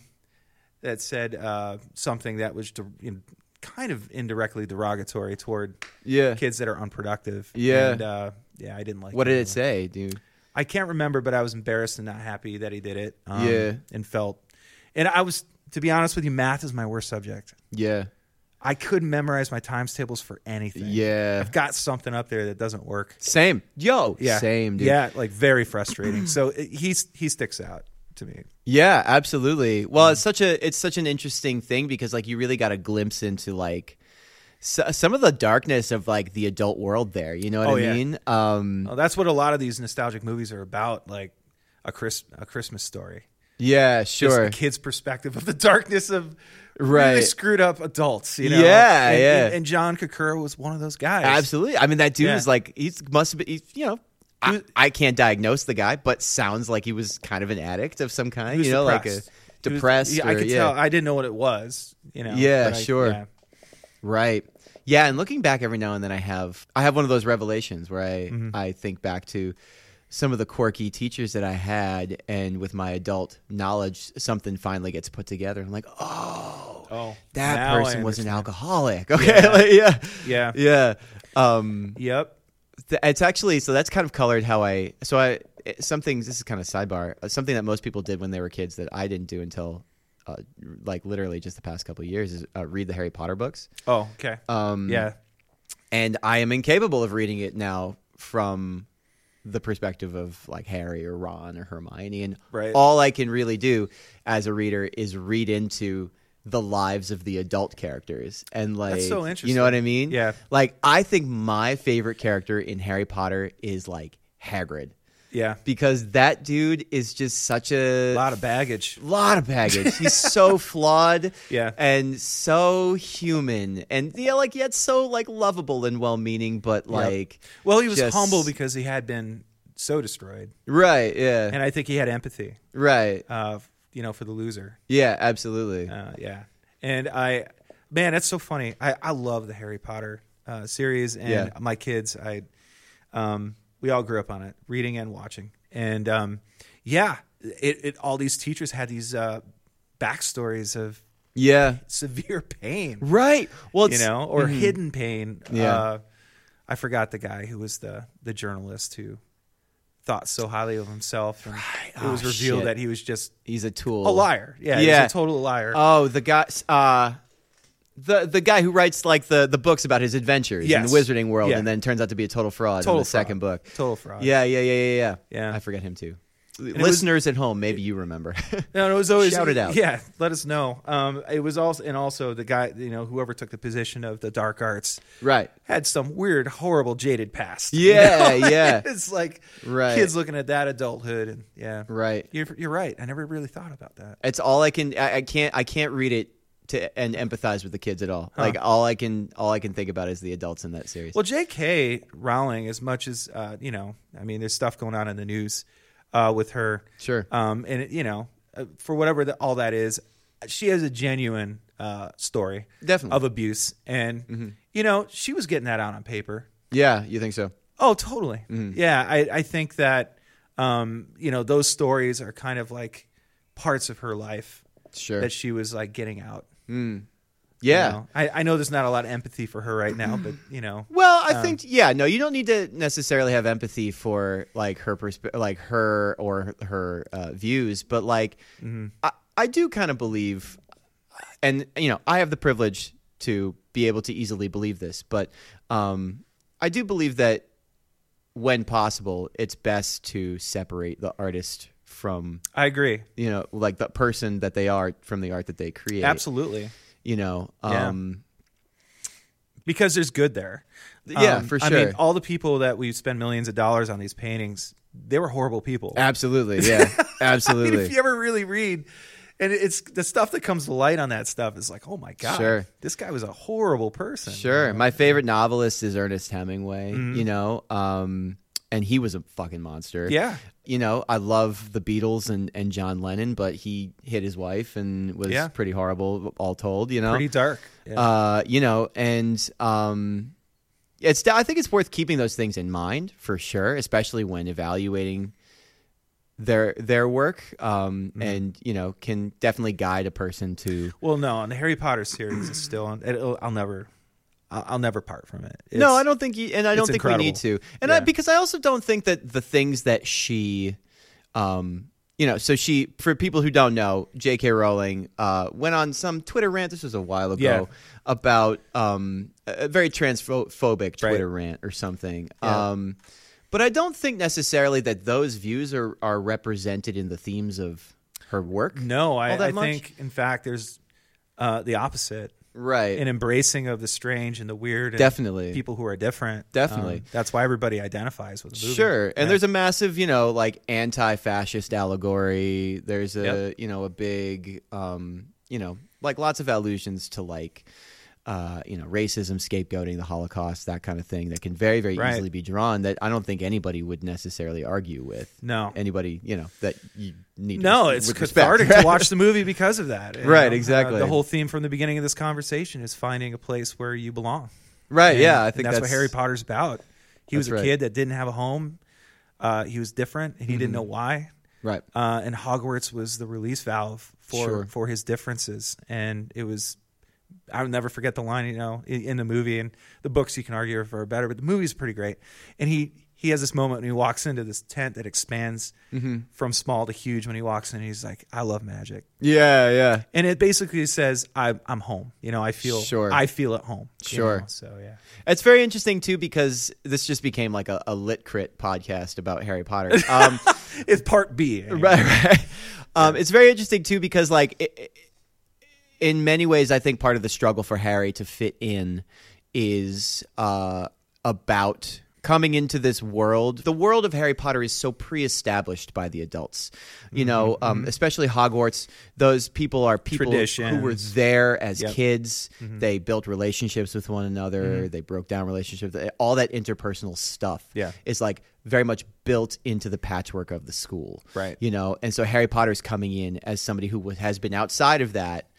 Speaker 2: that said uh, something that was de- you know, kind of indirectly derogatory toward
Speaker 1: Yeah.
Speaker 2: kids that are unproductive.
Speaker 1: Yeah.
Speaker 2: and, uh, yeah, I didn't like.
Speaker 1: What did
Speaker 2: really.
Speaker 1: it say, dude?
Speaker 2: I can't remember, but I was embarrassed and not happy that he did it. Um,
Speaker 1: Yeah.
Speaker 2: and felt. And I was, to be honest with you, math is my worst subject.
Speaker 1: Yeah.
Speaker 2: I couldn't memorize my times tables for anything.
Speaker 1: Yeah.
Speaker 2: I've got something up there that doesn't work.
Speaker 1: Same. Yo.
Speaker 2: Yeah,
Speaker 1: Same, dude.
Speaker 2: Yeah, like very frustrating. so it, he's he sticks out to me.
Speaker 1: Yeah, absolutely. Well,
Speaker 2: Mm.
Speaker 1: it's such a it's such an interesting thing because like you really got a glimpse into like so, some of the darkness of like the adult world there. You know what
Speaker 2: Oh,
Speaker 1: I
Speaker 2: yeah.
Speaker 1: mean? Um,
Speaker 2: Well, that's what a lot of these nostalgic movies are about, like a Chris a Christmas story.
Speaker 1: yeah,
Speaker 2: Just
Speaker 1: sure.
Speaker 2: the kid's perspective of the darkness of really
Speaker 1: Right.
Speaker 2: screwed up adults. You know,
Speaker 1: Yeah,
Speaker 2: And-
Speaker 1: yeah.
Speaker 2: And, and John Kakura was one of those guys.
Speaker 1: Absolutely. I mean, that dude
Speaker 2: Yeah.
Speaker 1: is like he's must be he's, you know. I, I can't diagnose the guy, but sounds like he was kind of an addict of some
Speaker 2: He
Speaker 1: kind.
Speaker 2: was
Speaker 1: You know, like
Speaker 2: depressed.
Speaker 1: a
Speaker 2: He was-
Speaker 1: depressed.
Speaker 2: yeah,
Speaker 1: or-
Speaker 2: I could
Speaker 1: yeah.
Speaker 2: tell. I didn't know what it was. You know.
Speaker 1: Yeah,
Speaker 2: but I-
Speaker 1: sure.
Speaker 2: yeah.
Speaker 1: Right. Yeah, and looking back every now and then I have I have one of those revelations where I
Speaker 2: Mm-hmm.
Speaker 1: I think back to some of the quirky teachers that I had and with my adult knowledge something finally gets put together. I'm like, "Oh,
Speaker 2: Oh,
Speaker 1: that
Speaker 2: now I
Speaker 1: person was an
Speaker 2: understand.
Speaker 1: alcoholic." Okay. like, Yeah.
Speaker 2: Yeah.
Speaker 1: Yeah. Um
Speaker 2: Yep.
Speaker 1: th- it's actually so that's kind of colored how I so I it- something this is kind of sidebar uh, something that most people did when they were kids that I didn't do until uh, like literally just the past couple of years is uh, read the Harry Potter books
Speaker 2: Oh, okay.
Speaker 1: Um,
Speaker 2: yeah.
Speaker 1: and I am incapable of reading it now from the perspective of like Harry or Ron or Hermione and
Speaker 2: Right.
Speaker 1: all I can really do as a reader is read into the lives of the adult characters and like
Speaker 2: so
Speaker 1: you
Speaker 2: interesting.
Speaker 1: know what I mean
Speaker 2: Yeah.
Speaker 1: like I think my favorite character in Harry Potter is like Hagrid
Speaker 2: Yeah.
Speaker 1: because that dude is just such a
Speaker 2: A lot of baggage.
Speaker 1: lot of baggage. He's so flawed,
Speaker 2: Yeah.
Speaker 1: and so human, and yeah, like yet so like lovable and well-meaning, but like,
Speaker 2: Well, he was
Speaker 1: just-
Speaker 2: humble because he had been so destroyed,
Speaker 1: right, yeah,
Speaker 2: and I think he had empathy.
Speaker 1: right,
Speaker 2: Uh, you know, for the loser.
Speaker 1: yeah, absolutely,
Speaker 2: Uh, yeah. And I, man, that's so funny. I, I love the Harry Potter uh, series, and
Speaker 1: Yeah.
Speaker 2: my kids, I, um, we all grew up on it, reading and watching. And um, yeah, it, it all these teachers had these uh, backstories of
Speaker 1: yeah,
Speaker 2: severe pain,
Speaker 1: right. Well,
Speaker 2: you
Speaker 1: it's- mm-hmm.
Speaker 2: know, or hidden pain.
Speaker 1: Yeah.
Speaker 2: Uh, I forgot the guy who was the the journalist who thought so highly of himself. And It
Speaker 1: Oh,
Speaker 2: was revealed
Speaker 1: shit.
Speaker 2: that he was just
Speaker 1: he's a tool,
Speaker 2: a liar. Yeah, he
Speaker 1: Yeah.
Speaker 2: was a total liar.
Speaker 1: Oh, the guy, uh, the the guy who writes like the the books about his adventures in
Speaker 2: Yes.
Speaker 1: the wizarding world,
Speaker 2: Yeah.
Speaker 1: and then turns out to be a total fraud in
Speaker 2: Total
Speaker 1: the second
Speaker 2: fraud.
Speaker 1: book.
Speaker 2: Total fraud.
Speaker 1: Yeah, yeah, yeah, yeah, yeah.
Speaker 2: Yeah.
Speaker 1: I forget him too.
Speaker 2: was-
Speaker 1: Listeners at home, maybe you remember.
Speaker 2: No, no, it was always
Speaker 1: Shout it out.
Speaker 2: Yeah, let us know. Um, it was also and also the guy, you know, whoever took the position of the dark arts
Speaker 1: right.
Speaker 2: had some weird, horrible, jaded past.
Speaker 1: Yeah, yeah.
Speaker 2: it's like
Speaker 1: Right.
Speaker 2: kids looking at that adulthood, and yeah,
Speaker 1: Right.
Speaker 2: You're, you're right. I never really thought about that.
Speaker 1: It's all I can. I, I can't. I can't read it to and empathize with the kids at all. Like all I can. All I can think about is the adults in that series.
Speaker 2: Well, J.K. Rowling, as much as uh, you know, I mean, there's stuff going on in the news uh, with her.
Speaker 1: Sure.
Speaker 2: Um, and it, you know, uh, for whatever the, all that is, she has a genuine uh, story,
Speaker 1: Definitely. Mm-hmm.
Speaker 2: of abuse, and you know, she was getting that out on paper.
Speaker 1: yeah, you think so?
Speaker 2: Oh, totally.
Speaker 1: Mm-hmm.
Speaker 2: Yeah, I, I think that um, you know those stories are kind of like parts of her life
Speaker 1: Sure.
Speaker 2: that she was like getting out. you
Speaker 1: yeah.
Speaker 2: know? I, I know there's not a lot of empathy for her right now, but you know,
Speaker 1: Well, I think yeah. No, you don't need to necessarily have empathy for like her persp- like her or her uh, views, but like
Speaker 2: Mm-hmm.
Speaker 1: I, I do kind of believe, and you know, I have the privilege to be able to easily believe this, but um, I do believe that when possible, it's best to separate the artist from
Speaker 2: I agree
Speaker 1: you know like the person that they are from the art that they create.
Speaker 2: absolutely
Speaker 1: You know.
Speaker 2: Yeah.
Speaker 1: Um,
Speaker 2: because there's good there. Um,
Speaker 1: Yeah, for
Speaker 2: I mean,
Speaker 1: sure.
Speaker 2: all the people that we spend millions of dollars on these paintings, they were horrible people.
Speaker 1: Absolutely. Yeah.
Speaker 2: I
Speaker 1: Absolutely.
Speaker 2: mean, if you ever really read, and it's the stuff that comes to light on that stuff is like, oh my god,
Speaker 1: Sure.
Speaker 2: this guy was a horrible person.
Speaker 1: Sure. My favorite novelist is Ernest Hemingway, you know, um, and he was a fucking monster.
Speaker 2: Mm-hmm. Yeah.
Speaker 1: You know, I love the Beatles and, and John Lennon, but he hit his wife and was
Speaker 2: Yeah.
Speaker 1: pretty horrible, all told, you know?
Speaker 2: pretty dark. Yeah.
Speaker 1: Uh, you know, and um, it's I think it's worth keeping those things in mind for sure, especially when evaluating their their work, um,
Speaker 2: Mm-hmm.
Speaker 1: and you know, can definitely guide a person to
Speaker 2: Well, no, and the Harry Potter series is still. on it'll, I'll never, I'll, I'll never part from it. It's-
Speaker 1: no, I don't think, you, and I don't
Speaker 2: it's
Speaker 1: think we need to,
Speaker 2: incredible.
Speaker 1: and I
Speaker 2: Yeah.
Speaker 1: because I also don't think that the things that she, um, you know, so she for people who don't know, J.K. Rowling uh, went on some Twitter rant. This was a while ago
Speaker 2: Yeah.
Speaker 1: about um, a a very transphobic Twitter rant or something. Um, but I don't think necessarily that those views are are represented in the themes of her work.
Speaker 2: No, I,
Speaker 1: all that
Speaker 2: I
Speaker 1: much?
Speaker 2: think in fact there's uh, the opposite,
Speaker 1: right,
Speaker 2: an embracing of the strange and the weird, and
Speaker 1: Definitely.
Speaker 2: people who are different.
Speaker 1: Definitely.
Speaker 2: Um, that's why everybody identifies with the movie.
Speaker 1: Sure. And
Speaker 2: Yeah.
Speaker 1: there's a massive, you know, like anti-fascist allegory. There's a,
Speaker 2: Yep.
Speaker 1: you know, a big um, you know, like lots of allusions to like uh, you know, racism, scapegoating, the Holocaust, that kind of thing that can very, very
Speaker 2: Right.
Speaker 1: easily be drawn that I don't think anybody would necessarily argue with.
Speaker 2: No.
Speaker 1: Anybody, you know, that you need to
Speaker 2: no,
Speaker 1: res-
Speaker 2: it's
Speaker 1: with
Speaker 2: cathartic
Speaker 1: respect,
Speaker 2: to watch the movie because of that. you
Speaker 1: Right,
Speaker 2: know? Uh,
Speaker 1: exactly.
Speaker 2: the whole theme from the beginning of this conversation is finding a place where you belong.
Speaker 1: Right,
Speaker 2: And-
Speaker 1: yeah. I
Speaker 2: and
Speaker 1: think
Speaker 2: that's, what Harry Potter's about. He was a
Speaker 1: That's right.
Speaker 2: kid that didn't have a home. Uh, he was different, and he
Speaker 1: Mm-hmm.
Speaker 2: didn't know why.
Speaker 1: Right.
Speaker 2: Uh, and Hogwarts was the release valve for
Speaker 1: Sure.
Speaker 2: for his differences, and it was. I'll never forget the line, you know, in, in the movie and the books. You can argue if are better, but the movie's pretty great. And he he has this moment when he walks into this tent that expands
Speaker 1: Mm-hmm.
Speaker 2: from small to huge. When he walks in, he's like, "I love magic,"
Speaker 1: Yeah, yeah.
Speaker 2: and it basically says, "I'm I'm home." You know, I feel
Speaker 1: Sure.
Speaker 2: I feel at home. you
Speaker 1: Sure.
Speaker 2: know? So yeah.
Speaker 1: It's very interesting too because this just became like a, a lit crit podcast about Harry Potter. Um
Speaker 2: It's part B. eh? anyway.
Speaker 1: right right um, it's very interesting too because like i i in many ways i think part of the struggle for harry to fit in is uh, about coming into this world the world of harry potter is so pre-established by the adults you know um, especially hogwarts those people are people who were
Speaker 2: Traditions.
Speaker 1: there as kids they built relationships with one another they broke down relationships all that interpersonal stuff
Speaker 2: Yeah.
Speaker 1: is like very much built into the patchwork of the school
Speaker 2: Right.
Speaker 1: you know and so harry potter's coming in as somebody who has been outside of that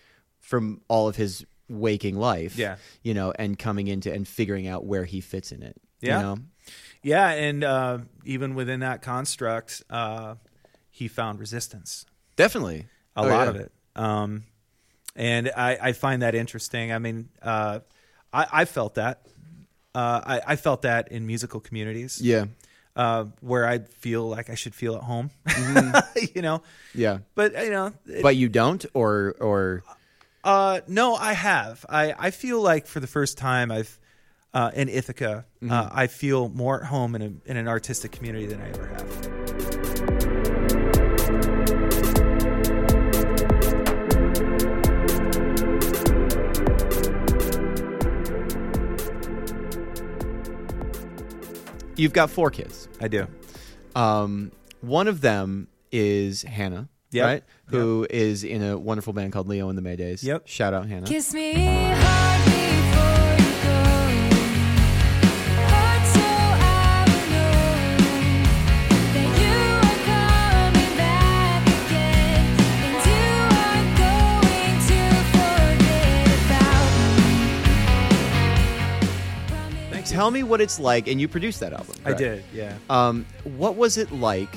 Speaker 1: from all of his waking life
Speaker 2: Yeah.
Speaker 1: you know and coming into and figuring out where he fits in it
Speaker 2: Yeah.
Speaker 1: you know
Speaker 2: Yeah, and uh, even within that construct, uh, he found resistance.
Speaker 1: definitely
Speaker 2: a
Speaker 1: Oh,
Speaker 2: lot
Speaker 1: yeah.
Speaker 2: of it. Um, and I, I find that interesting. I mean, uh, I, I felt that. Uh, I, I felt that in musical communities,
Speaker 1: yeah
Speaker 2: uh, where I feel like I should feel at home, you know.
Speaker 1: yeah
Speaker 2: But you know, it-
Speaker 1: but you don't or or
Speaker 2: uh, no, I have. I, I feel like for the first time, I've uh, in Ithaca, uh, I feel more at home in, a, in an artistic community than I ever have.
Speaker 1: You've got four kids.
Speaker 2: I do.
Speaker 1: Um, one of them is Hannah,
Speaker 2: Yep.
Speaker 1: right? Who is in a wonderful band called Leo and the Maydays.
Speaker 2: Yep.
Speaker 1: Shout out Hannah.
Speaker 4: Kiss me hard before you go. Hard so I will know that you are coming back again. And you are going to forget about me. Promise
Speaker 1: Tell me what it's like, and you produced that album.
Speaker 2: I
Speaker 1: correct?
Speaker 2: did. Yeah.
Speaker 1: Um, what was it like?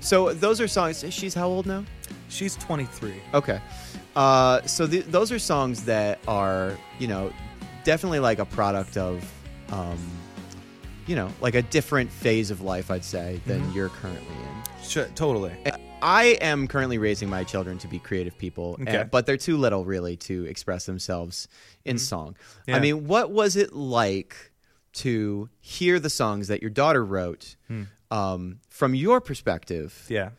Speaker 1: So those are songs. She's how old now?
Speaker 2: She's 23.
Speaker 1: Okay. Uh, so th- those are songs that are, you know, definitely like a product of, um, you know, like a different phase of life, I'd say, than you're currently in.
Speaker 2: Sure, totally.
Speaker 1: I am currently raising my children to be creative people,
Speaker 2: Okay. Mm-hmm.
Speaker 1: and- but they're too little really to express themselves in song. I
Speaker 2: Yeah.
Speaker 1: mean, what was it like to hear the songs that your daughter wrote
Speaker 2: Hmm.
Speaker 1: um, from your perspective?
Speaker 2: Yeah.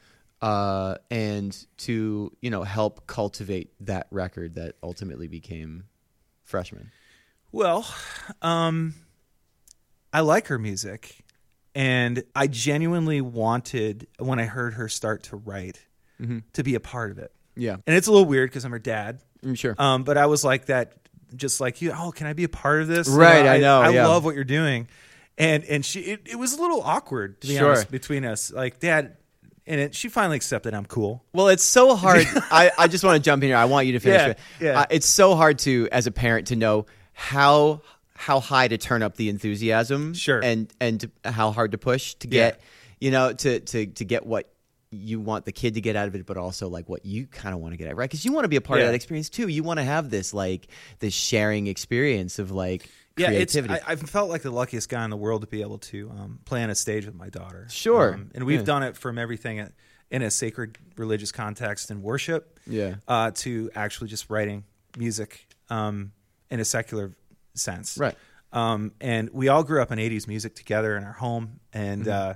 Speaker 1: uh, and to you know help cultivate that record that ultimately became freshman.
Speaker 2: Well, um, I like her music, and I genuinely wanted when I heard her start to write
Speaker 1: Mm-hmm.
Speaker 2: to be a part of it.
Speaker 1: Yeah,
Speaker 2: And it's a little weird because I'm her dad,
Speaker 1: I'm sure.
Speaker 2: um, but I was like that, just like you. Oh, can I be a part of this? You
Speaker 1: Right, I know,
Speaker 2: I,
Speaker 1: yeah.
Speaker 2: love what you're doing, and and she. It, it was a little awkward to be
Speaker 1: Sure.
Speaker 2: honest between us. Like dad, and it, she finally accepted I'm cool.
Speaker 1: well, it's so hard. I, I just want to jump in here. I want you to finish
Speaker 2: Yeah,
Speaker 1: it.
Speaker 2: yeah.
Speaker 1: Uh, it's so hard to, as a parent, to know how how high to turn up the enthusiasm.
Speaker 2: Sure.
Speaker 1: And and to, how hard to push to get, you know, to to to get what you want the kid to get out of it but also like what you kind of want to get out right because you want to be a part of
Speaker 2: Yeah.
Speaker 1: that experience too you want to have this like this sharing experience of like
Speaker 2: yeah, it's,
Speaker 1: creativity
Speaker 2: I, I've felt like the luckiest guy in the world to be able to um, play on a stage with my daughter.
Speaker 1: Sure.
Speaker 2: Um, and we've
Speaker 1: Yeah.
Speaker 2: done it from everything at, in a sacred religious context and worship
Speaker 1: Yeah.
Speaker 2: uh, to actually just writing music um, in a secular sense.
Speaker 1: Right.
Speaker 2: Um, and we all grew up in 80s music together in our home. And
Speaker 1: Mm-hmm.
Speaker 2: uh,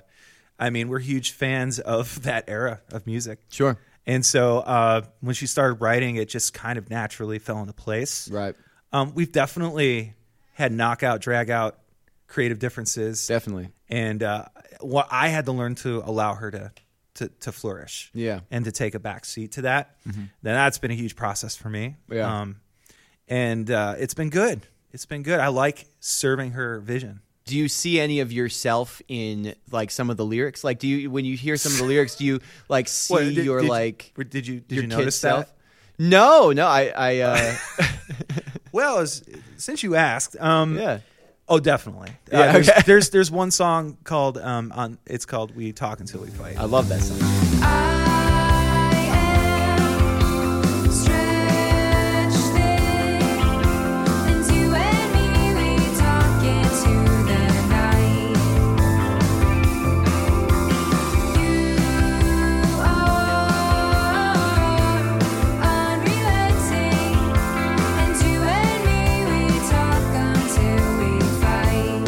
Speaker 2: I mean, we're huge fans of that era of music.
Speaker 1: Sure.
Speaker 2: And so uh, when she started writing, it just kind of naturally fell into place.
Speaker 1: Right.
Speaker 2: Um, we've definitely had knockout, drag out, creative differences.
Speaker 1: Definitely.
Speaker 2: And uh, what I had to learn to allow her to to, to flourish.
Speaker 1: Yeah.
Speaker 2: And to take a back seat to that. Then that's been a huge process for me.
Speaker 1: Yeah.
Speaker 2: Um, and uh, it's been good. It's been good. I like serving her vision.
Speaker 1: Do you see any of yourself in like some of the lyrics? Like, do you when you hear some of the lyrics, do you like see
Speaker 2: What, did-
Speaker 1: your
Speaker 2: did you-
Speaker 1: like
Speaker 2: or did you- did
Speaker 1: your
Speaker 2: you
Speaker 1: kid
Speaker 2: notice
Speaker 1: self?
Speaker 2: that?
Speaker 1: No, no, I, I, uh,
Speaker 2: Well, as, since you asked, um,
Speaker 1: yeah,
Speaker 2: Oh, definitely.
Speaker 1: Yeah,
Speaker 2: there's,
Speaker 1: okay.
Speaker 2: there's there's one song called um on it's called We Talk Until We Fight.
Speaker 1: I love that song.
Speaker 4: I am stretched thin, and you and me we talk into the night. You are unrelenting, and you and me we talk until we fight.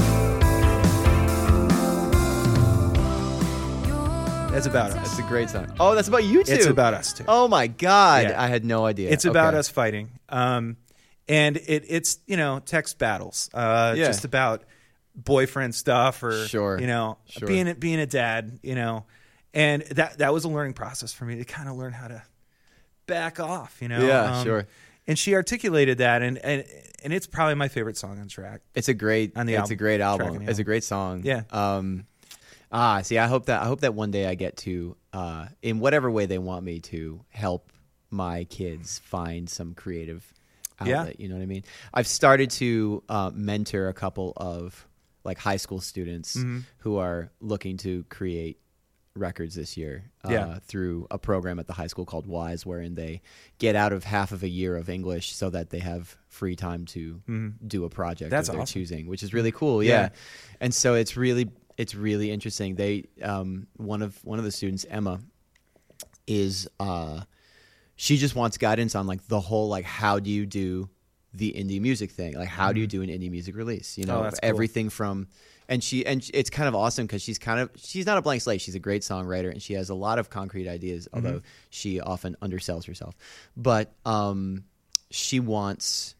Speaker 2: That's about us.
Speaker 1: It's a great song. Oh, that's about you too.
Speaker 2: It's about us too.
Speaker 1: Oh my god,
Speaker 2: Yeah.
Speaker 1: I had no idea.
Speaker 2: It's about
Speaker 1: Okay.
Speaker 2: us fighting. Um, and it it's you know text battles. Uh,
Speaker 1: Yeah.
Speaker 2: just about boyfriend stuff or
Speaker 1: Sure.
Speaker 2: you know
Speaker 1: Sure.
Speaker 2: being a- being a dad. You know, and that that was a learning process for me to kind of learn how to back off. You know. Um,
Speaker 1: Yeah, sure.
Speaker 2: And she articulated that, and and and it's probably my favorite song on track.
Speaker 1: It's a great.
Speaker 2: On the
Speaker 1: it's
Speaker 2: album.
Speaker 1: a great
Speaker 2: Track
Speaker 1: album.
Speaker 2: on the
Speaker 1: It's a
Speaker 2: album.
Speaker 1: great song.
Speaker 2: Yeah.
Speaker 1: Um. Ah, see, I hope that I hope that one day I get to, uh, in whatever way they want me to, help my kids find some creative
Speaker 2: Yeah.
Speaker 1: outlet. You know what I mean? I've started to uh, mentor a couple of like high school students
Speaker 2: Mm-hmm.
Speaker 1: who are looking to create records this year uh,
Speaker 2: Yeah.
Speaker 1: through a program at the high school called Wise, wherein they get out of half of a year of English so that they have free time to
Speaker 2: Mm-hmm.
Speaker 1: do a project
Speaker 2: That's
Speaker 1: of their
Speaker 2: awesome.
Speaker 1: choosing, which is really cool. Yeah.
Speaker 2: Yeah.
Speaker 1: and so it's really it's really interesting. They um, one of one of the students, Emma, is uh, she just wants guidance on like the whole like how do you do the indie music thing like how do you do an indie music release you know
Speaker 2: Mm-hmm. Oh, that's cool.
Speaker 1: everything from and she and it's kind of awesome because she's kind of she's not a blank slate she's a great songwriter and she has a lot of concrete ideas
Speaker 2: Mm-hmm.
Speaker 1: although she often undersells herself but um she wants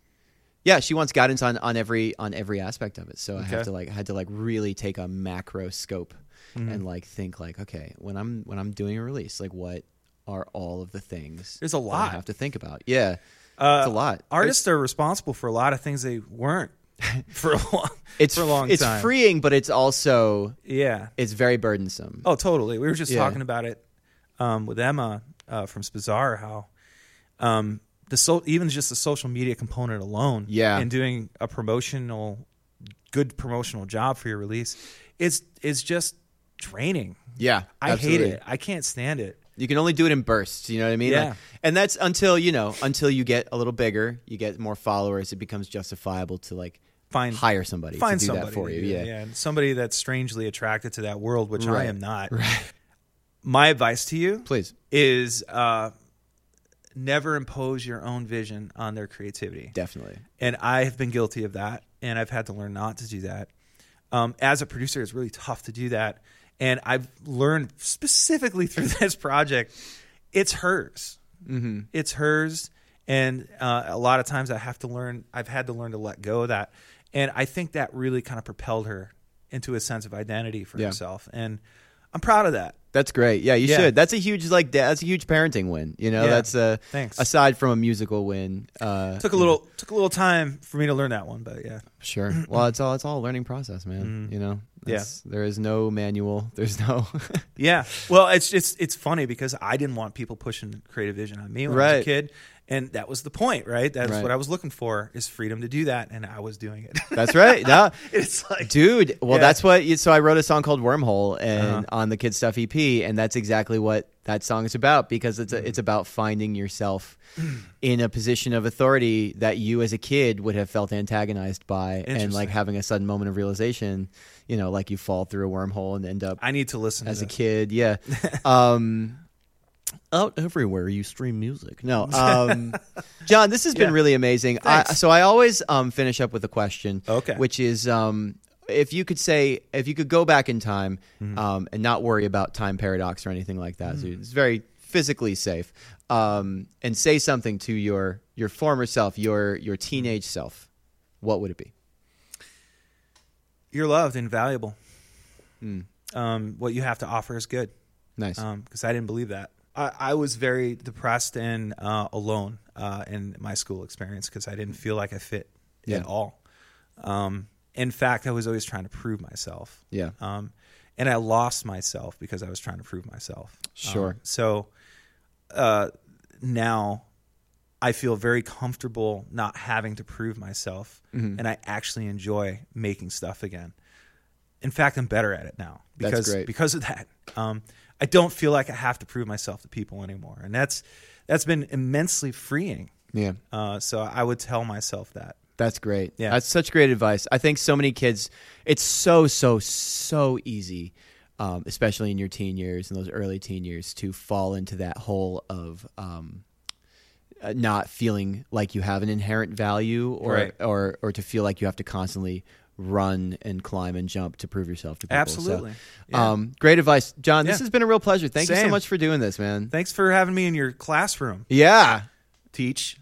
Speaker 1: Yeah, she wants guidance on, on every on every aspect of it. So I have
Speaker 2: Okay.
Speaker 1: to like I had to like really take a macro scope
Speaker 2: Mm-hmm.
Speaker 1: and like think like okay when I'm when I'm doing a release like what are all of the things
Speaker 2: There's a
Speaker 1: that
Speaker 2: lot. Uh,
Speaker 1: I have to think about. Yeah, it's a lot.
Speaker 2: Artists are responsible for a lot of things they weren't for a long,
Speaker 1: it's
Speaker 2: for a long
Speaker 1: it's
Speaker 2: time.
Speaker 1: freeing, but it's also
Speaker 2: Yeah.
Speaker 1: it's very burdensome.
Speaker 2: Oh, totally. We were just
Speaker 1: Yeah.
Speaker 2: talking about it um, with Emma uh, from Spazar how um, the so- even just the social media component alone,
Speaker 1: Yeah.
Speaker 2: and doing a promotional, good promotional job for your release, is is just draining.
Speaker 1: yeah,
Speaker 2: I
Speaker 1: absolutely.
Speaker 2: hate it. I can't stand it.
Speaker 1: You can only do it in bursts. You know what I mean?
Speaker 2: Yeah.
Speaker 1: Like- and that's until you know until you get a little bigger, you get more followers. It becomes justifiable to like
Speaker 2: Find
Speaker 1: hire somebody
Speaker 2: find
Speaker 1: to do
Speaker 2: somebody
Speaker 1: that for
Speaker 2: to
Speaker 1: you.
Speaker 2: do
Speaker 1: Yeah.
Speaker 2: that. and somebody that's strangely attracted to that world, which I
Speaker 1: Right.
Speaker 2: am not. My advice to you,
Speaker 1: Please,
Speaker 2: is uh, never impose your own vision on their creativity.
Speaker 1: definitely.
Speaker 2: and I have been guilty of that, and I've had to learn not to do that. Um, as a producer, it's really tough to do that, and I've learned specifically through this project, it's hers. Mm-hmm. It's hers, and uh, a lot of times I have to learn. I've had to learn to let go of that, and I think that really kind of propelled her into a sense of identity for
Speaker 1: Yeah.
Speaker 2: herself, and I'm proud of that.
Speaker 1: That's great. Yeah, you
Speaker 2: Yeah.
Speaker 1: should. That's a huge like da- that's a huge parenting win. You know,
Speaker 2: Yeah.
Speaker 1: that's a
Speaker 2: Thanks.
Speaker 1: aside from a musical win. Uh,
Speaker 2: Took a little took a little time for me to learn that one, but yeah,
Speaker 1: sure. Well, it's all it's all a learning process, man. You know.
Speaker 2: Mm-hmm. Yeah.
Speaker 1: That's- There is no manual. There's no.
Speaker 2: Yeah. Well, it's it's it's funny because I didn't want people pushing creative vision on me when I was
Speaker 1: Right.
Speaker 2: a kid, and that was the point, right? That's
Speaker 1: Right.
Speaker 2: what I was looking for is freedom to do that, and I was doing it.
Speaker 1: that's right. No.
Speaker 2: it's like
Speaker 1: Dude, well,
Speaker 2: Yeah. Uh-huh.
Speaker 1: that's what. You, so I wrote a song called Wormhole and on the Kid Stuff EP, and that's exactly what that song is about because it's a, it's
Speaker 2: Mm.
Speaker 1: about finding yourself in a position of authority that you as a kid would have felt antagonized by, and like
Speaker 2: Interesting.
Speaker 1: having a sudden moment of realization, you know, like you fall through a wormhole and end up
Speaker 2: I need to listen
Speaker 1: as
Speaker 2: to
Speaker 1: a
Speaker 2: this.
Speaker 1: kid. Yeah. um, out everywhere you stream music. No, um, John, this has been
Speaker 2: Yeah.
Speaker 1: really amazing. I,
Speaker 2: Thanks.
Speaker 1: so I always um, finish up with a question.
Speaker 2: Okay.
Speaker 1: Which is, um, if you could say, if you could go back in time
Speaker 2: Mm-hmm.
Speaker 1: um, and not worry about time paradox or anything like that, so it's very physically safe, um, and say something to your your former self, your your teenage self, what would it be?
Speaker 2: You're loved and valuable.
Speaker 1: Hmm.
Speaker 2: Um, what you have to offer is good.
Speaker 1: Nice.
Speaker 2: because Um, I didn't believe that. I, I was very depressed and uh, alone uh, in my school experience because I didn't feel like I fit
Speaker 1: Yeah.
Speaker 2: at all. Um, in fact, I was always trying to prove myself.
Speaker 1: Yeah.
Speaker 2: Um, and I lost myself because I was trying to prove myself.
Speaker 1: Sure.
Speaker 2: Um, so uh, now I feel very comfortable not having to prove myself,
Speaker 1: Mm-hmm.
Speaker 2: and I actually enjoy making stuff again. In fact, I'm better at it now
Speaker 1: That's
Speaker 2: because
Speaker 1: great.
Speaker 2: because of that. Um, I don't feel like I have to prove myself to people anymore, and that's that's been immensely freeing.
Speaker 1: yeah.
Speaker 2: Uh, so I would tell myself that.
Speaker 1: That's great.
Speaker 2: Yeah.
Speaker 1: That's such great advice. I think so many kids, it's so, so, so easy, um, especially in your teen years and those early teen years, to fall into that hole of um, uh, not feeling like you have an inherent value or,
Speaker 2: Right.
Speaker 1: or, or to feel like you have to constantly run and climb and jump to prove yourself to people. So,
Speaker 2: Absolutely. Yeah.
Speaker 1: um, great advice. John, this
Speaker 2: Yeah.
Speaker 1: has been a real pleasure. Thank you so
Speaker 2: Same.
Speaker 1: much for doing this, man.
Speaker 2: Thanks for having me in your classroom.
Speaker 1: yeah.
Speaker 2: Teach.